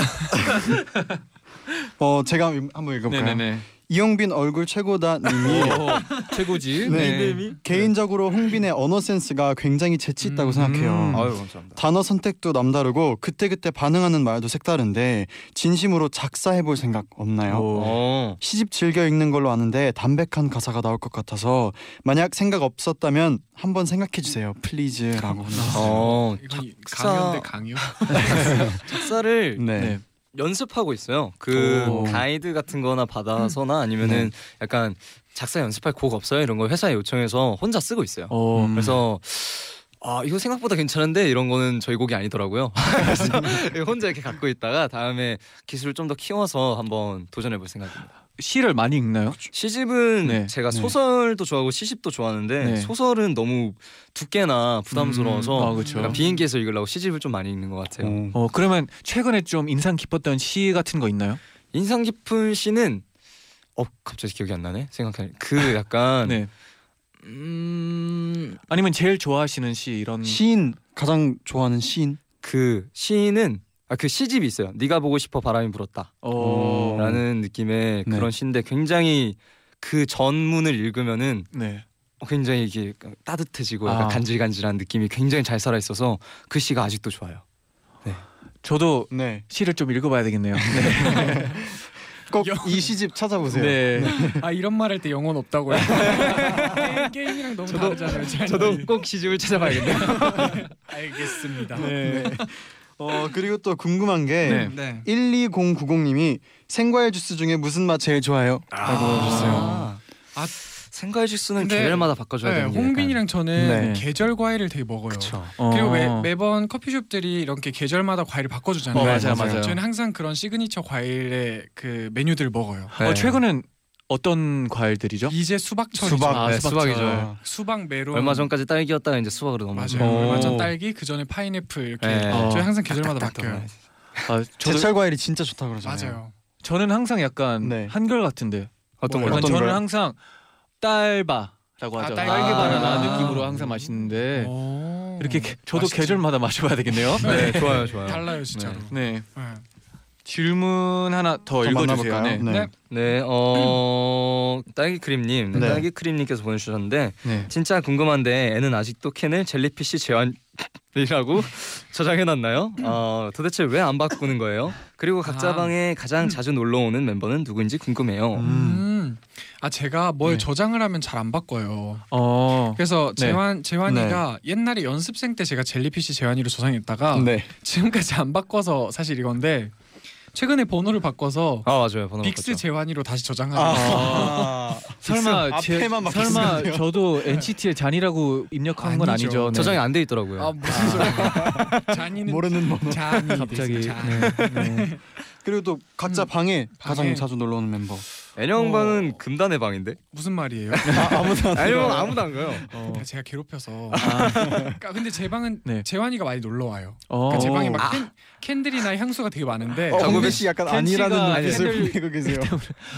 Speaker 2: 어, 제가 한번 읽어볼까요?
Speaker 9: 네네네.
Speaker 2: 이용빈 얼굴 최고다님이
Speaker 9: 오, 최고지.
Speaker 2: 네. 개인적으로 홍빈의 언어 센스가 굉장히 재치 있다고
Speaker 9: 음.
Speaker 2: 생각해요.
Speaker 7: 아유 감사합니다.
Speaker 2: 단어 선택도 남다르고 그때그때 반응하는 말도 색다른데 진심으로 작사해볼 생각 없나요?
Speaker 9: 오.
Speaker 7: 어,
Speaker 2: 시집 즐겨 읽는 걸로 아는데 담백한 가사가 나올 것 같아서 만약 생각 없었다면 한번 생각해 주세요. 플리즈라고.
Speaker 7: 어
Speaker 6: 이건
Speaker 7: 작사-
Speaker 6: 강요인데 강요.
Speaker 7: 작사를
Speaker 2: 네.
Speaker 9: 네.
Speaker 7: 연습하고 있어요. 그
Speaker 9: 오. 음. 네.
Speaker 7: 가이드 같은 거나 받아서나 아니면은 약간 작사 연습할 곡 없어요? 이런 걸 회사에 요청해서 혼자 쓰고 있어요.
Speaker 9: 어.
Speaker 2: 음.
Speaker 7: 그래서 아 이거 생각보다 괜찮은데 이런 거는 저희 곡이 아니더라고요. 그래서 혼자 이렇게 갖고 있다가 다음에 기술을 좀 더 키워서 한번 도전해 볼 생각입니다.
Speaker 9: 시를 많이 읽나요?
Speaker 7: 시집은
Speaker 9: 네,
Speaker 7: 제가
Speaker 2: 네.
Speaker 7: 소설도 좋아하고 시집도 좋아하는데
Speaker 9: 네.
Speaker 7: 소설은 너무 두께나
Speaker 9: 아,
Speaker 7: 부담스러워서
Speaker 9: 그쵸.
Speaker 7: 약간 비행기에서 읽으려고 시집을 좀 많이 읽는 것 같아요.
Speaker 2: 오.
Speaker 9: 어 그러면 최근에 좀 인상 깊었던 시 같은 거 있나요?
Speaker 7: 인상 깊은 시는 어 갑자기 기억이 안 나네. 생각해 그 약간
Speaker 9: 네.
Speaker 7: 음,
Speaker 9: 아니면 제일 좋아하시는 시 이런.
Speaker 2: 시인 가장 좋아하는 시인.
Speaker 7: 그 시인은 아 그 시집이 있어요. 네가 보고 싶어 바람이 불었다.
Speaker 9: 어.
Speaker 7: 라는 느낌의
Speaker 2: 네.
Speaker 7: 그런 시인데 굉장히 그 전문을 읽으면은
Speaker 9: 네.
Speaker 7: 굉장히 이게 약간 따뜻해지고 약간
Speaker 9: 아.
Speaker 7: 간질간질한 느낌이 굉장히 잘 살아 있어서 그 시가 아직도 좋아요.
Speaker 9: 저도
Speaker 10: 네.
Speaker 9: 시를 좀 읽어봐야 되겠네요. 네.
Speaker 2: 꼭 이 시집 찾아보세요.
Speaker 9: 네.
Speaker 6: 아 이런 말 할 때 영혼 없다고요. 게임, 게임이랑 너무 다르잖아요. 잔이.
Speaker 7: 꼭 시집을 찾아봐야겠네요.
Speaker 6: 알겠습니다.
Speaker 2: 네. 어 그리고 또 궁금한 게
Speaker 9: 네.
Speaker 6: 네.
Speaker 2: 12090님이 생과일 주스 중에 무슨 맛 제일 좋아해요? 라고 해주세요.
Speaker 7: 아,
Speaker 6: 아.
Speaker 7: 생과일 주스는
Speaker 6: 근데-
Speaker 7: 계절마다 바꿔줘야
Speaker 6: 네,
Speaker 7: 되는 게
Speaker 6: 홍빈이랑 저는
Speaker 9: 네.
Speaker 6: 계절 과일을 되게 먹어요.
Speaker 7: 그렇죠.
Speaker 9: 어.
Speaker 6: 그리고 매, 매번 커피숍들이 이렇게 계절마다 과일을 바꿔주잖아요.
Speaker 9: 어, 맞아요,
Speaker 6: 그래서
Speaker 9: 맞아요.
Speaker 6: 저는 항상 그런 시그니처 과일의 그 메뉴들을 먹어요.
Speaker 9: 어, 최근은 어떤 과일들이죠?
Speaker 6: 이제 수박철이죠.
Speaker 2: 수박,
Speaker 9: 아,
Speaker 7: 네,
Speaker 9: 수박철.
Speaker 7: 수박이죠.
Speaker 6: 수박 메론.
Speaker 7: 그렇죠. 얼마 전까지 딸기였다가 이제 수박으로 넘어갔죠.
Speaker 6: 맞아요.
Speaker 9: 어.
Speaker 6: 얼마 전 딸기 그 전에 파인애플 이렇게
Speaker 7: 네.
Speaker 6: 저희
Speaker 9: 어.
Speaker 6: 항상 계절마다 바뀌어요.
Speaker 9: 아, 저도,
Speaker 2: 제철 과일이 진짜 좋다 그러잖아요.
Speaker 6: 맞아요.
Speaker 9: 저는 항상 약간
Speaker 2: 네.
Speaker 9: 한결 같은데.
Speaker 7: 어떤
Speaker 9: 약간
Speaker 7: 걸로?
Speaker 2: 어떤
Speaker 9: 저는
Speaker 2: 거요?
Speaker 9: 항상 딸바라고
Speaker 6: 아,
Speaker 9: 하죠.
Speaker 6: 딸기
Speaker 9: 딸기 바나나
Speaker 7: 바나나.
Speaker 9: 느낌으로 항상 마시는데
Speaker 6: 오.
Speaker 9: 이렇게 개- 저도
Speaker 6: 맛있죠.
Speaker 9: 계절마다 마셔봐야 되겠네요.
Speaker 7: 네, 좋아요, 좋아요.
Speaker 6: 달라요 진짜로.
Speaker 9: 네.
Speaker 6: 네.
Speaker 9: 질문 하나 더,
Speaker 2: 더
Speaker 9: 읽어주세요.
Speaker 2: 만나볼까요?
Speaker 9: 네.
Speaker 6: 네.
Speaker 7: 네, 어 딸기 크림님, 네,
Speaker 2: 네.
Speaker 7: 딸기 크림님께서 보내주셨는데
Speaker 2: 네.
Speaker 7: 진짜 궁금한데 애는 아직도 캔을 젤리피쉬 제한이라고 저장해놨나요? 어 도대체 왜 안 바꾸는 거예요? 그리고 각자
Speaker 6: 아.
Speaker 7: 방에 가장 자주 놀러 오는 멤버는 누구인지 궁금해요.
Speaker 2: 음.
Speaker 6: 음. 아 제가 뭘
Speaker 2: 네.
Speaker 6: 저장을 하면 잘 안 바꿔요.
Speaker 9: 어.
Speaker 6: 그래서
Speaker 2: 네.
Speaker 6: 재환 재환이가
Speaker 9: 네.
Speaker 6: 옛날에 연습생 때 제가 젤리피쉬 재환이로
Speaker 7: 아,
Speaker 6: 저장했다가
Speaker 2: 네.
Speaker 6: 지금까지 안 바꿔서 사실 이건데 최근에 번호를 바꿔서
Speaker 7: 아 맞아요, 번호
Speaker 6: 빅스
Speaker 7: 바꿨죠.
Speaker 6: 재환이로 다시 저장하고
Speaker 2: 아.
Speaker 9: 설마 제,
Speaker 2: 앞에만 막
Speaker 9: 설마
Speaker 2: 있었네요.
Speaker 9: 저도 NCT의 잔이라고 입력한 건
Speaker 6: 아니죠.
Speaker 9: 아니죠. 네.
Speaker 7: 저장이 안 돼 있더라고요.
Speaker 6: 아 무슨 소리야? 잔이는
Speaker 2: 모르는 번호.
Speaker 6: 잔이 됐어,
Speaker 9: 갑자기.
Speaker 6: 잔.
Speaker 9: 네.
Speaker 2: 그리고 또 각자 방에 가장
Speaker 6: 방에.
Speaker 2: 자주 놀러 오는 멤버.
Speaker 7: 애령
Speaker 6: 어.
Speaker 7: 방은 금단의 방인데?
Speaker 6: 무슨 말이에요? 네,
Speaker 7: 애령 방 아무도 안 가요.
Speaker 9: 어.
Speaker 6: 제가 괴롭혀서. 그러니까 근데 제 방은
Speaker 9: 네.
Speaker 6: 재환이가 많이 놀러 와요.
Speaker 9: 어.
Speaker 6: 그러니까 제 방에 막 캔, 캔들이나 향수가 되게 많은데
Speaker 2: 어,
Speaker 7: 장고백
Speaker 2: 장고배 씨 약간
Speaker 9: 켄
Speaker 2: 아니라는
Speaker 9: 씨가
Speaker 2: 눈빛을
Speaker 9: 캔을-
Speaker 2: 보내고 계세요.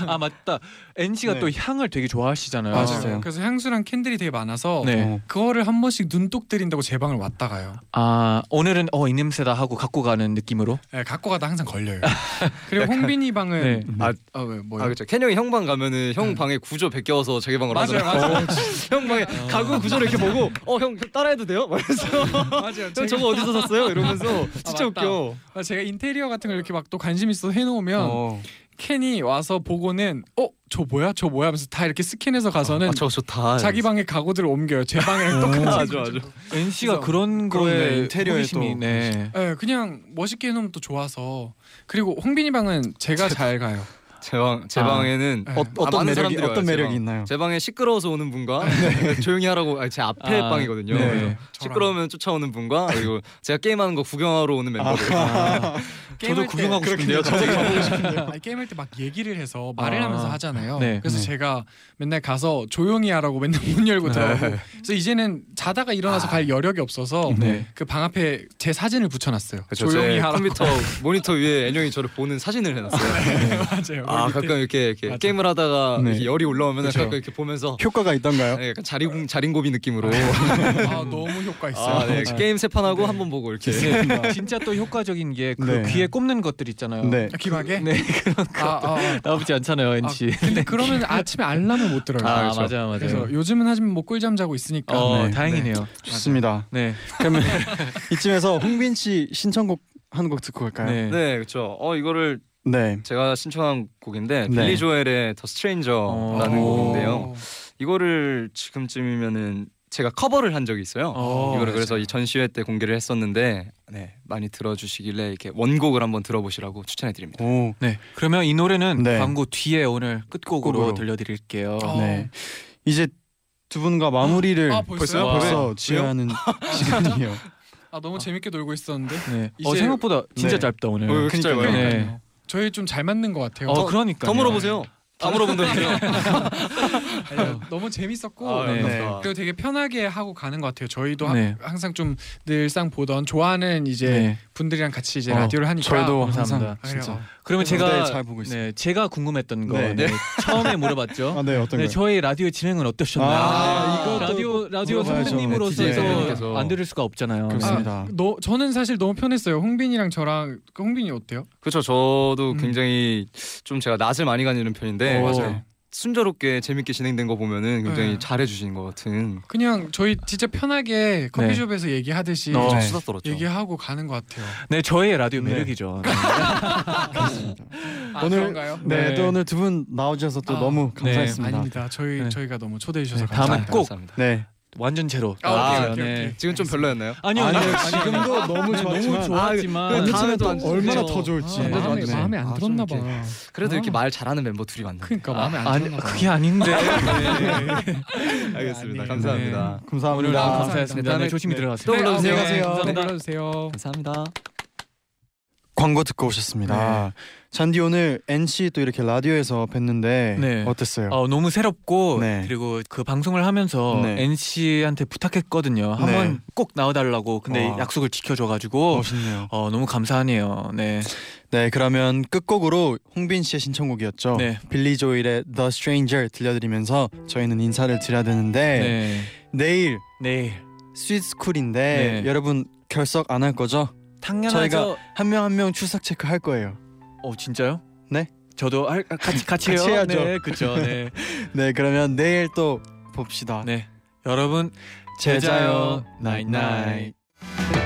Speaker 9: 아 맞다. NC가
Speaker 2: 네.
Speaker 9: 또 향을 되게 좋아하시잖아요.
Speaker 6: 맞아요.
Speaker 2: 진짜요?
Speaker 6: 그래서 향수랑 캔들이 되게 많아서
Speaker 9: 네.
Speaker 2: 어.
Speaker 6: 그거를 한 번씩 눈독 들인다고 제 방을 왔다 가요.
Speaker 9: 아 오늘은 어이 냄새다 하고 갖고 가는 느낌으로.
Speaker 6: 예, 갖고 가다 항상 걸려요. 그리고 홍빈이 방은
Speaker 7: 아,
Speaker 6: 아, 왜, 뭐요?
Speaker 7: 아 그렇죠. 캔형이 형 방 가면은 형 방에 구조 베껴서 자기 방으로
Speaker 6: 네. 맞아요,
Speaker 7: 하잖아요. 어,
Speaker 6: 맞아요. 어.
Speaker 7: 형 방에 가구 구조를 이렇게 보고 어 형 따라해도 돼요? 막면서
Speaker 6: 맞아요.
Speaker 7: 형
Speaker 6: 제가,
Speaker 7: 저거 어디서 샀어요? 이러면서
Speaker 6: 맞다.
Speaker 7: 진짜 웃겨.
Speaker 6: 아, 제가 인테리어 같은 걸 이렇게 막 또 관심 있어 해 놓으면
Speaker 2: 어.
Speaker 6: 캔이 와서 보고는 어, 저 뭐야? 저 뭐야? 하면서 다 이렇게 스캔해서
Speaker 7: 네. 아,
Speaker 6: 가서는
Speaker 7: 좋다. 음.
Speaker 6: 자기 방의 가구들을 옮겨요. 제 방이랑 똑같이.
Speaker 7: 아주 아주.
Speaker 9: NC가
Speaker 6: 그래서-
Speaker 9: 그런 거에
Speaker 2: 그렇네, 인테리어에
Speaker 9: 호기심이,
Speaker 2: 또-
Speaker 9: 네.
Speaker 6: 예, 그냥 멋있게 해 놓으면 또 좋아서. 그리고 홍빈이 방은 제가 잘 가요.
Speaker 7: 제방 제
Speaker 9: 아.
Speaker 7: 방에는
Speaker 6: 네.
Speaker 7: 어,
Speaker 2: 어떤
Speaker 7: 많은
Speaker 2: 매력이
Speaker 7: 사람들이 와요,
Speaker 2: 아, 어떤
Speaker 7: 제
Speaker 2: 매력이
Speaker 7: 방.
Speaker 2: 있나요?
Speaker 7: 제 방에 시끄러워서 오는 분과 조용히 하라고 아니, 제 앞에
Speaker 9: 아,
Speaker 7: 방이거든요.
Speaker 9: 네.
Speaker 7: 그래서 시끄러우면 쫓아오는 분과 그리고 제가 게임하는 거 구경하러 오는 멤버들.
Speaker 6: 저도 구경하고
Speaker 7: 싶은데요. 저도
Speaker 6: 가보고 싶은데. 아니, 게임할 때 막 얘기를 해서 말을
Speaker 9: 아.
Speaker 6: 하면서 하잖아요.
Speaker 9: 네.
Speaker 6: 그래서
Speaker 2: 네.
Speaker 6: 제가 맨날 가서 조용히 하라고 맨날 문 열고 들어가고. 그래서 이제는 자다가 일어나서 갈 여력이 없어서
Speaker 9: 네.
Speaker 6: 그 방 앞에 제 사진을 붙여놨어요.
Speaker 7: 그렇죠.
Speaker 6: 조용히
Speaker 7: 제
Speaker 6: 하라고.
Speaker 7: 컴퓨터 모니터 위에 애령이 저를 보는 사진을 해놨어요.
Speaker 6: 맞아요.
Speaker 7: 아 가끔 이렇게, 이렇게
Speaker 6: 맞아.
Speaker 7: 게임을 하다가
Speaker 2: 네.
Speaker 7: 이렇게 열이 올라오면
Speaker 2: 그쵸.
Speaker 7: 가끔 이렇게 보면서
Speaker 2: 효과가 있던가요?
Speaker 7: 네, 약간 자린 자린고비 느낌으로
Speaker 6: 아 너무 효과 있어요.
Speaker 7: 아, 네. 게임 세 판 하고 한 번 보고 이렇게
Speaker 9: 네. 진짜 또 효과적인 게 그
Speaker 2: 네.
Speaker 9: 귀에 꼽는 것들 있잖아요.
Speaker 2: 네.
Speaker 6: 기막에.
Speaker 9: 네,
Speaker 6: 그런 거. 아, 아, 아.
Speaker 9: 나쁘지 않잖아요, NC.
Speaker 6: 근데 그러면 아침에 알람을 못 들어요.
Speaker 9: 아,
Speaker 6: 그래서.
Speaker 9: 맞아요, 맞아요.
Speaker 6: 그래서 요즘은 하지만 뭐 꿀잠 자고 있으니까.
Speaker 9: 어
Speaker 2: 네.
Speaker 9: 다행이네요.
Speaker 2: 좋습니다.
Speaker 9: 네.
Speaker 2: 그러면 이쯤에서 홍빈 씨 신청곡 한 곡 듣고 갈까요?
Speaker 9: 네.
Speaker 7: 네 그렇죠 어 이거를
Speaker 2: 네.
Speaker 7: 제가 신청한
Speaker 2: 네.
Speaker 7: 곡인데 빌리 조엘의 더
Speaker 6: 어.
Speaker 7: 스트레인저라는
Speaker 9: 오.
Speaker 7: 곡인데요 이거를 지금쯤이면은 제가 커버를 한 적이 있어요
Speaker 9: 어,
Speaker 7: 이거를 그래서 이 전시회 때 공개를 했었는데 네 많이 들어주시길래 이렇게 원곡을 한번 들어보시라고 추천해드립니다
Speaker 2: 오.
Speaker 9: 네. 그러면 이 노래는
Speaker 2: 네.
Speaker 9: 광고 뒤에 오늘 끝곡으로
Speaker 2: 끝곡으로.
Speaker 9: 들려드릴게요.
Speaker 6: 어.
Speaker 2: 네. 이제 두 분과 마무리를
Speaker 6: 아, 벌써요?
Speaker 2: 벌써, 벌써
Speaker 9: 와.
Speaker 2: 지어야 하는 시간이에요.
Speaker 6: 아 너무 재밌게 놀고 있었는데.
Speaker 9: 네. 어
Speaker 6: 이제-
Speaker 9: 생각보다 진짜
Speaker 2: 네.
Speaker 9: 짧다 오늘.
Speaker 7: 어, 진짜
Speaker 2: 그러니까요.
Speaker 9: 네.
Speaker 6: 그러니까요. 저희 좀 잘 맞는 것 같아요.
Speaker 9: 어 그러니까.
Speaker 7: 더 물어보세요 다 물어본다면서요
Speaker 6: 아니요, 너무 재밌었고
Speaker 7: 아,
Speaker 9: 네.
Speaker 7: 감사합니다.
Speaker 6: 그리고 되게 편하게 하고 가는 것 같아요. 저희도 하-
Speaker 9: 네.
Speaker 6: 항상 좀 늘상 보던 좋아하는 이제
Speaker 9: 네.
Speaker 6: 분들이랑 같이 이제
Speaker 9: 어,
Speaker 6: 라디오를 하니까
Speaker 2: 저희도
Speaker 9: 감사합니다.
Speaker 2: 항상
Speaker 6: 아니요.
Speaker 2: 진짜.
Speaker 9: 그러면
Speaker 2: 네,
Speaker 9: 제가
Speaker 2: 잘 보고 있어요.
Speaker 9: 네 제가 궁금했던 거
Speaker 2: 네.
Speaker 9: 네. 처음에 물어봤죠.
Speaker 2: 아, 네, 어떤
Speaker 9: 네,
Speaker 2: 거요?
Speaker 9: 저희 라디오 진행은 어떠셨나요?
Speaker 2: 아,
Speaker 7: 이것도
Speaker 9: 라디오 라디오
Speaker 2: 물어봐야죠.
Speaker 9: 선배님으로서
Speaker 2: 네,
Speaker 7: DJ님께서.
Speaker 9: 안 들을 수가 없잖아요.
Speaker 2: 그렇습니다.
Speaker 6: 아, 너 저는 사실 너무 편했어요. 홍빈이랑 저랑 그 홍빈이 어때요?
Speaker 7: 그렇죠. 저도
Speaker 6: 음.
Speaker 7: 굉장히 좀 제가 낯을 많이 가지는 편인데
Speaker 9: 네. 오.
Speaker 7: 네. 순조롭게 재밌게 진행된 거 보면은 굉장히
Speaker 6: 네.
Speaker 7: 잘해 주신 것 같은
Speaker 6: 그냥 저희 진짜 편하게 커피숍에서 얘기하듯이
Speaker 9: 네. 어.
Speaker 7: 좀
Speaker 9: 네.
Speaker 7: 수다 떨었죠.
Speaker 6: 얘기하고 가는 것 같아요.
Speaker 9: 네, 저의 라디오
Speaker 2: 네.
Speaker 9: 매력이죠.
Speaker 6: 아,
Speaker 2: 오늘-
Speaker 6: 그런가요?
Speaker 2: 네,
Speaker 9: 네.
Speaker 2: 또 오늘 두 분 나와주셔서 또
Speaker 6: 아,
Speaker 2: 너무
Speaker 9: 네.
Speaker 2: 감사했습니다.
Speaker 6: 아닙니다. 저희
Speaker 9: 네.
Speaker 6: 저희가 너무 초대해 주셔서
Speaker 9: 네, 다음은
Speaker 6: 감사합니다.
Speaker 9: 꼭.
Speaker 7: 감사합니다.
Speaker 2: 네.
Speaker 9: 완전 제로.
Speaker 6: 아,
Speaker 7: 오케이,
Speaker 9: 라디오,
Speaker 6: 오케이,
Speaker 9: 네.
Speaker 6: 오케이.
Speaker 7: 지금 좀 별로였나요?
Speaker 9: 아니요,
Speaker 2: 아니요,
Speaker 9: 아니요,
Speaker 2: 지금도
Speaker 9: 아니요.
Speaker 2: 너무 좋았지만.
Speaker 9: 너무 좋았지만
Speaker 7: 아, 그
Speaker 2: 다음에
Speaker 7: 다음에
Speaker 2: 또
Speaker 7: 또 앉으세요.
Speaker 2: 얼마나 더
Speaker 6: 아,
Speaker 2: 좋을지.
Speaker 9: 네,
Speaker 6: 마음에
Speaker 9: 네.
Speaker 6: 마음에 안
Speaker 2: 아,
Speaker 6: 들었나
Speaker 2: 좀 이렇게
Speaker 6: 봐.
Speaker 7: 그래도 이렇게
Speaker 6: 아.
Speaker 7: 말 잘하는 멤버 둘이 만나.
Speaker 6: 그러니까 마음에 안
Speaker 9: 아니,
Speaker 6: 들었나 봐.
Speaker 9: 그게 아닌데.
Speaker 7: 알겠습니다.
Speaker 2: 네.
Speaker 6: 아니에요.
Speaker 7: 감사합니다.
Speaker 9: 오늘
Speaker 2: 감사합니다.
Speaker 9: 너무
Speaker 6: 감사합니다.
Speaker 9: 감사했습니다. 네, 조심히
Speaker 2: 네.
Speaker 9: 들어가세요.
Speaker 7: 또
Speaker 6: 네, 아,
Speaker 7: 올라오세요.
Speaker 6: 네,
Speaker 7: 감사합니다.
Speaker 6: 감사합니다. 올라오세요.
Speaker 7: 감사합니다.
Speaker 2: 광고 듣고 오셨습니다. 잔디 오늘 NC 또 이렇게 라디오에서 뵀는데
Speaker 9: 네.
Speaker 2: 어땠어요?
Speaker 9: 어, 너무 새롭고
Speaker 2: 네.
Speaker 9: 그리고 그 방송을 하면서
Speaker 2: 네.
Speaker 9: NC한테 부탁했거든요. 한번
Speaker 2: 네.
Speaker 9: 꼭 나와달라고. 근데
Speaker 2: 와.
Speaker 9: 약속을 지켜줘가지고
Speaker 2: 멋있네요.
Speaker 9: 어, 너무 감사하네요. 네,
Speaker 2: 네, 그러면 끝곡으로 홍빈 씨의 신청곡이었죠.
Speaker 9: 네,
Speaker 2: 빌리 조일의 The Stranger 들려드리면서 저희는 인사를 드려야
Speaker 9: 네,
Speaker 2: 되는데
Speaker 9: 네.
Speaker 2: 내일
Speaker 9: 네.
Speaker 2: 스윗스쿨인데
Speaker 9: 네.
Speaker 2: 여러분 결석 안 할 거죠?
Speaker 9: 당연하죠.
Speaker 2: 한 명 한 명 출석 체크 할 거예요.
Speaker 9: 어 진짜요?
Speaker 2: 네.
Speaker 9: 저도 할, 같이 같이 해요.
Speaker 2: 같이 해야죠.
Speaker 9: 네, 그렇죠. 네.
Speaker 2: 네 그러면 내일 또 봅시다.
Speaker 9: 네. 여러분 제자요. 나잇나잇.
Speaker 2: 나잇나잇.